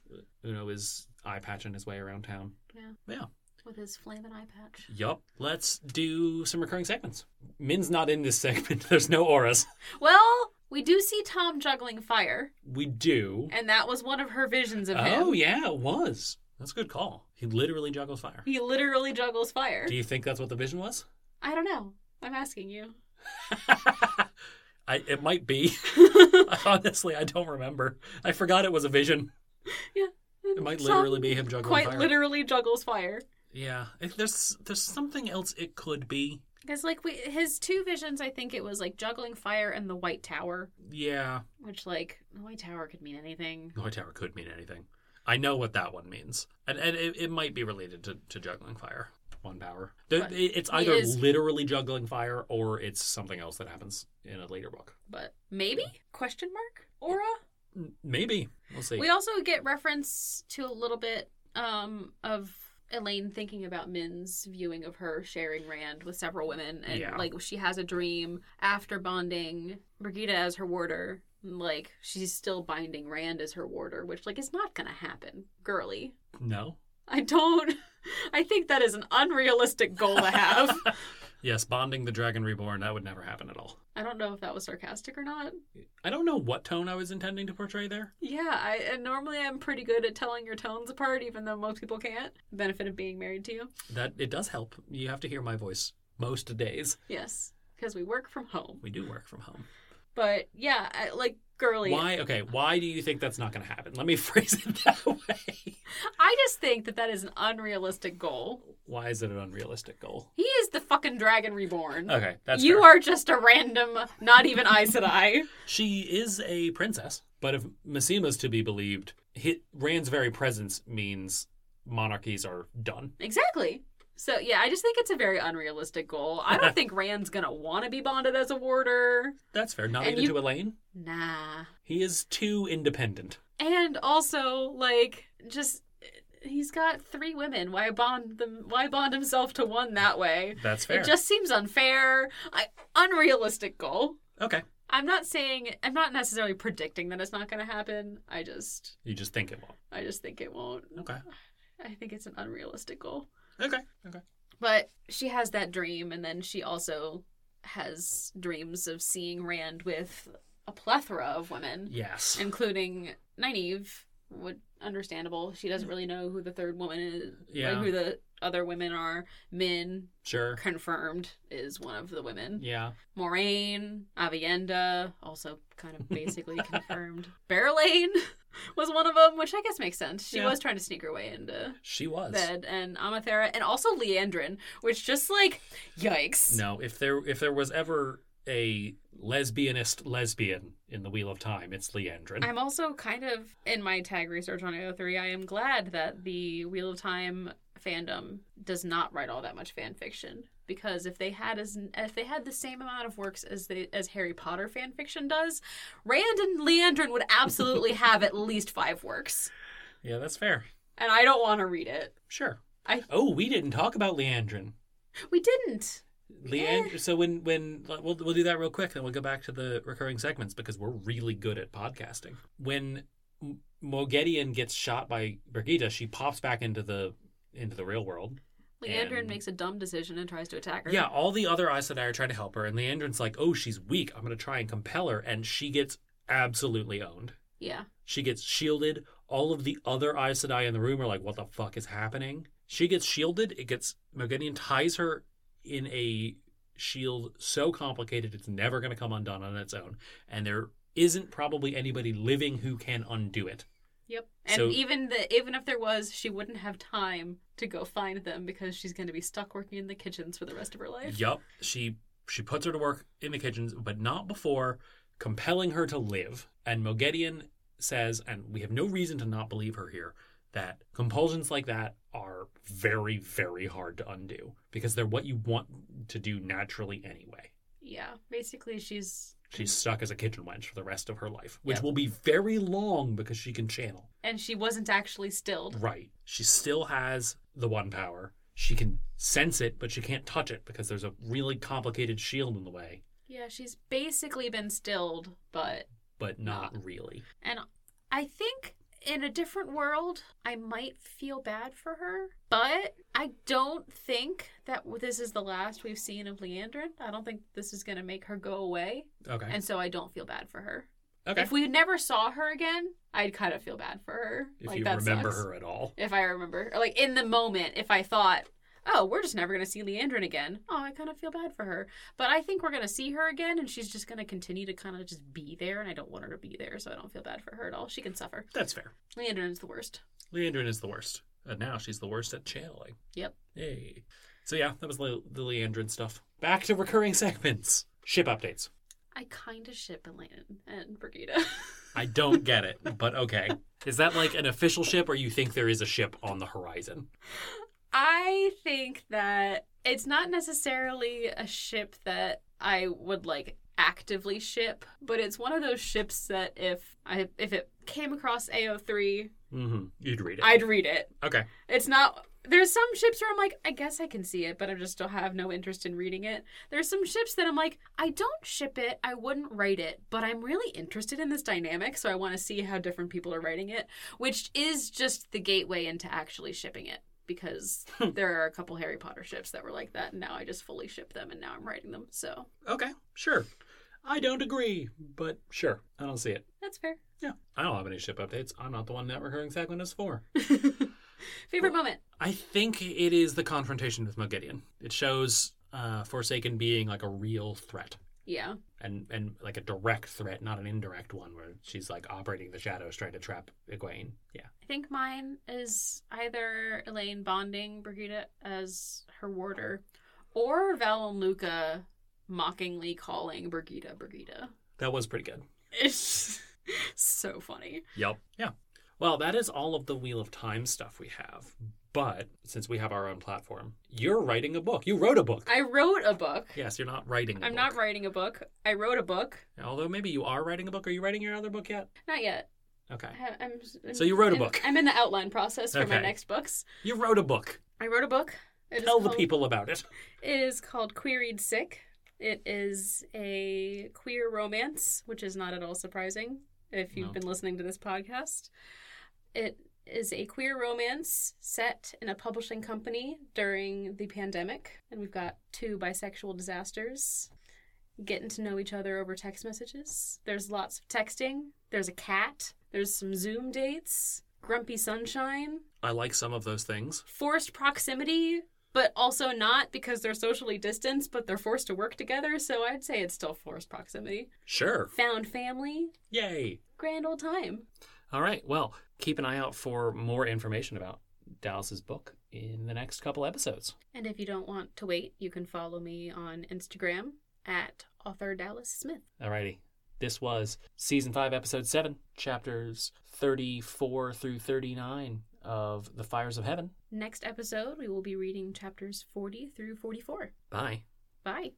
Speaker 1: Uno is eye patching his way around town.
Speaker 2: Yeah.
Speaker 1: Yeah.
Speaker 2: with his flaming eye patch.
Speaker 1: Yup. Let's do some recurring segments. Min's not in this <laughs> segment. There's no auras.
Speaker 2: Well, we do see Tom juggling fire,
Speaker 1: We do.
Speaker 2: and that was one of her visions of him.
Speaker 1: Oh, yeah, it was. That's a good call. He literally juggles fire.
Speaker 2: He literally juggles fire.
Speaker 1: Do you think that's what the vision was? <laughs>
Speaker 2: I don't know. I'm asking you.
Speaker 1: I, it might be. <laughs> Honestly, I don't remember. I forgot it was a vision. It
Speaker 2: <laughs>
Speaker 1: might
Speaker 2: Tom
Speaker 1: literally be him juggling
Speaker 2: quite
Speaker 1: fire.
Speaker 2: literally juggles fire.
Speaker 1: Yeah. If there's there's something else it could be.
Speaker 2: Because like we, his two visions, I think it was like juggling fire and the White Tower,
Speaker 1: Yeah.
Speaker 2: which like the White Tower could mean anything.
Speaker 1: The White Tower could mean anything. I know what that one means, and, and it, it might be related to, to juggling fire. One power. The-
Speaker 2: Right.
Speaker 1: it- It's
Speaker 2: He
Speaker 1: either
Speaker 2: is-
Speaker 1: literally juggling fire or it's something else that happens in a later book.
Speaker 2: But maybe question mark aura.
Speaker 1: M- Maybe we'll see.
Speaker 2: We also get reference to a little bit um, of Elaine thinking about Min's viewing of her sharing Rand with several women, and
Speaker 1: Yeah.
Speaker 2: like she has a dream after bonding Brigida as her warder. Like she's still binding Rand as her warder, which like is not gonna happen, girly.
Speaker 1: no.
Speaker 2: I don't. <laughs> I think that is an unrealistic goal to have.
Speaker 1: <laughs> Yes, bonding the dragon reborn that would never happen at all.
Speaker 2: I don't know if that was sarcastic or not.
Speaker 1: I don't know what tone I was intending to portray there.
Speaker 2: Yeah, I and normally I'm pretty good at telling your tones apart, even though most people can't. Benefit of being married to you.
Speaker 1: That it does help. You have to hear my voice most days.
Speaker 2: Yes, because we work from home.
Speaker 1: We do work from home.
Speaker 2: But Oh, yeah, I, like girly.
Speaker 1: Why? Okay. Why do you think that's not going to happen? Let me <laughs> phrase it that way.
Speaker 2: I just think that that is an unrealistic goal.
Speaker 1: Why is it an unrealistic goal?
Speaker 2: He is the fucking dragon reborn.
Speaker 1: Okay, Uh, that's
Speaker 2: you
Speaker 1: fair.
Speaker 2: are just a random, not even Aes Sedai. <laughs>
Speaker 1: She is a princess, but if Massima's to be believed, hi Rand's very presence means monarchies are done.
Speaker 2: Exactly. So yeah, I just think it's a very unrealistic goal.
Speaker 1: <laughs>
Speaker 2: I don't think Rand's gonna want to be bonded as a warder.
Speaker 1: That's fair. Not
Speaker 2: And
Speaker 1: even
Speaker 2: you-
Speaker 1: to Elaine.
Speaker 2: Nah.
Speaker 1: He is too independent.
Speaker 2: And also, like, just he's got three women. Why bond them? Why bond himself to one that way?
Speaker 1: That's fair.
Speaker 2: It just seems unfair. I, unrealistic goal.
Speaker 1: okay.
Speaker 2: I'm not saying I'm not necessarily predicting that it's not going to happen. I just
Speaker 1: You just think it won't.
Speaker 2: I just think it won't.
Speaker 1: Okay.
Speaker 2: I think it's an unrealistic goal.
Speaker 1: Okay. Okay.
Speaker 2: But she has that dream and then she also has dreams of seeing Rand with a plethora of women,
Speaker 1: Yes.
Speaker 2: including Nynaeve, would understandable. She doesn't really know who the third woman is,
Speaker 1: Yeah.
Speaker 2: like who the other women are. Min
Speaker 1: Sure.
Speaker 2: confirmed is one of the women.
Speaker 1: Yeah.
Speaker 2: Moraine, Avienda, also kind of basically <laughs> confirmed. Barrelane <laughs> was one of them, which I guess makes sense. She
Speaker 1: Yeah.
Speaker 2: was trying to sneak her way into
Speaker 1: She was.
Speaker 2: bed, and Amathera, and also Leandrin, which just like, yikes.
Speaker 1: No, if there if there was ever a lesbianist lesbian in the Wheel of Time, it's Leandrin.
Speaker 3: I'm-
Speaker 2: I'm also kind of in my tag research on AO3. I am glad that the Wheel of Time fandom does not write all that much fan fiction because if they had as if they had the same amount of works as they as Harry Potter fan fiction does, Rand and Leandrin would
Speaker 1: <laughs>
Speaker 2: absolutely have at least five works,
Speaker 1: yeah, that's fair.
Speaker 2: and I don't want to read it.
Speaker 1: Sure.
Speaker 2: I-
Speaker 1: Oh, we didn't talk about Leandrin.
Speaker 2: We didn't.
Speaker 1: Leand- So when when we'll we'll do that real quick, then we'll go back to the recurring segments because we're really good at podcasting. When M- Mogedion gets shot by Brigida, she pops back into the into the real world.
Speaker 2: Leandrin
Speaker 1: And-
Speaker 2: makes a dumb decision and tries to attack her.
Speaker 1: Yeah, all the other Aes Sedai are trying to help her, and Leandrin's like, "Oh, she's weak. I'm going to try and compel her," and she gets absolutely owned.
Speaker 2: yeah.
Speaker 1: She gets shielded. All of the other Aes Sedai in the room are like, what the fuck is happening? She gets shielded. It gets, Mogedion ties her in a shield so complicated it's never going to come undone on its own. And there isn't probably anybody living who can undo it.
Speaker 2: Yep. And
Speaker 1: So-
Speaker 2: even the even if there was, she wouldn't have time to go find them because she's going to be stuck working in the kitchens for the rest of her life.
Speaker 1: Yup. She, she puts her to work in the kitchens, but not before compelling her to live. And Mogedion says, and we have no reason to not believe her here, that compulsions like that are very, very hard to undo because they're what you want to do naturally anyway.
Speaker 2: Yeah. Basically, she's
Speaker 1: She's stuck as a kitchen wench for the rest of her life, which
Speaker 2: Yep.
Speaker 1: will be very long because she can channel.
Speaker 2: and she wasn't actually stilled.
Speaker 1: Right. She still has the one power. She can sense it, but she can't touch it because there's a really complicated shield in the way,
Speaker 2: Yeah, she's basically been stilled, but
Speaker 1: but not really.
Speaker 2: and I think in a different world, I might feel bad for her, but I don't think that this is the last we've seen of Leandrin. I don't think this is going to make her go away,
Speaker 1: Okay.
Speaker 2: and so I don't feel bad for her.
Speaker 1: okay.
Speaker 2: If we never saw her again, I'd kind of feel bad for her.
Speaker 1: If
Speaker 2: like
Speaker 1: you
Speaker 2: that
Speaker 1: remember
Speaker 2: sucks.
Speaker 1: her at all.
Speaker 2: If I remember. Or like in the moment, if I thought, oh, we're just never going to see Leandrin again, oh, I kind of feel bad for her. But I think we're going to see her again and she's just going to continue to kind of just be there. And I don't want her to be there, so I don't feel bad for her at all. She can suffer.
Speaker 1: That's fair.
Speaker 2: Leandrin's the worst.
Speaker 1: Leandrin is the worst. And now she's the worst at channeling.
Speaker 2: Yep.
Speaker 1: Yay. So yeah, that was Le- the Leandrin stuff. Back to recurring segments. Ship updates.
Speaker 2: I kind of ship Elaine and
Speaker 1: <laughs>
Speaker 2: Brigida.
Speaker 1: I
Speaker 2: <laughs>
Speaker 1: don't get it, but okay. Is that like an official ship or you think there is a ship on the horizon?
Speaker 2: I think that it's not necessarily a ship that I would like actively ship, but it's one of those ships that if I if it came across AO3,
Speaker 1: Mm-hmm. You'd read it.
Speaker 2: I'd read it.
Speaker 1: Okay.
Speaker 2: It's not there's some ships where I'm like, I guess I can see it, but I just don't have no interest in reading it. There's some ships that I'm like, I don't ship it, I wouldn't write it, but I'm really interested in this dynamic, so I want to see how different people are writing it, which is just the gateway into actually shipping it because there are a couple Harry Potter ships that were like that, and now I just fully ship them, and now I'm writing them. So
Speaker 1: Okay. Sure. I don't agree, but sure. I don't see it.
Speaker 2: that's fair.
Speaker 1: Yeah. I don't have any ship updates. I'm not the one that recurring segment is for.
Speaker 2: Favorite moment.
Speaker 1: I think it is the confrontation with Mogedion. It shows uh, Forsaken being like a real threat.
Speaker 2: Yeah.
Speaker 1: and and like a direct threat, not an indirect one where she's like operating the shadows trying to trap Egwene. Yeah.
Speaker 2: I think mine is either Elaine bonding Brigida as her warder, or Val and Luca mockingly calling Brigida Brigida.
Speaker 1: That was pretty good.
Speaker 2: It's <laughs> so funny.
Speaker 1: Yep. Yeah. Well, that is all of the Wheel of Time stuff we have. But since we have our own platform, you're writing a book. You wrote a book.
Speaker 2: I wrote a book.
Speaker 1: yes, you're not writing. i
Speaker 2: I'm not writing a book. I wrote a book.
Speaker 1: Although maybe you are writing a book. Are you writing your other book yet?
Speaker 2: Not yet.
Speaker 1: Okay.
Speaker 2: I ha- I'm, I'm-
Speaker 1: So you wrote a
Speaker 2: in-
Speaker 1: book.
Speaker 2: I'm in the outline process for my
Speaker 1: Okay.
Speaker 2: next books.
Speaker 1: You wrote a book.
Speaker 2: I wrote a book. It is
Speaker 1: Tell the
Speaker 2: called-
Speaker 1: people about it.
Speaker 2: It is called Queried Sick. It is a queer romance, which is not at all surprising if you've
Speaker 1: No.
Speaker 2: been listening to this podcast. It is a queer romance set in a publishing company during the pandemic, and we've got two bisexual disasters getting to know each other over text messages. There's lots of texting, there's a cat, there's some Zoom dates, grumpy sunshine,
Speaker 1: I like some of those things.
Speaker 2: forced proximity, but also not because they're socially distanced, but they're forced to work together. So I'd say it's still forced proximity.
Speaker 1: Sure.
Speaker 2: Found family,
Speaker 1: Yay.
Speaker 2: grand old time.
Speaker 1: All right. Well, keep an eye out for more information about Dallas's book in the next couple episodes.
Speaker 2: And if you don't want to wait, you can follow me on Instagram at author Dallas Smith.
Speaker 1: Alrighty. This was season five, episode seven, chapters 34 through 39 of The Fires of Heaven.
Speaker 2: Next episode, we will be reading chapters 40 through 44.
Speaker 1: Bye.
Speaker 2: Bye.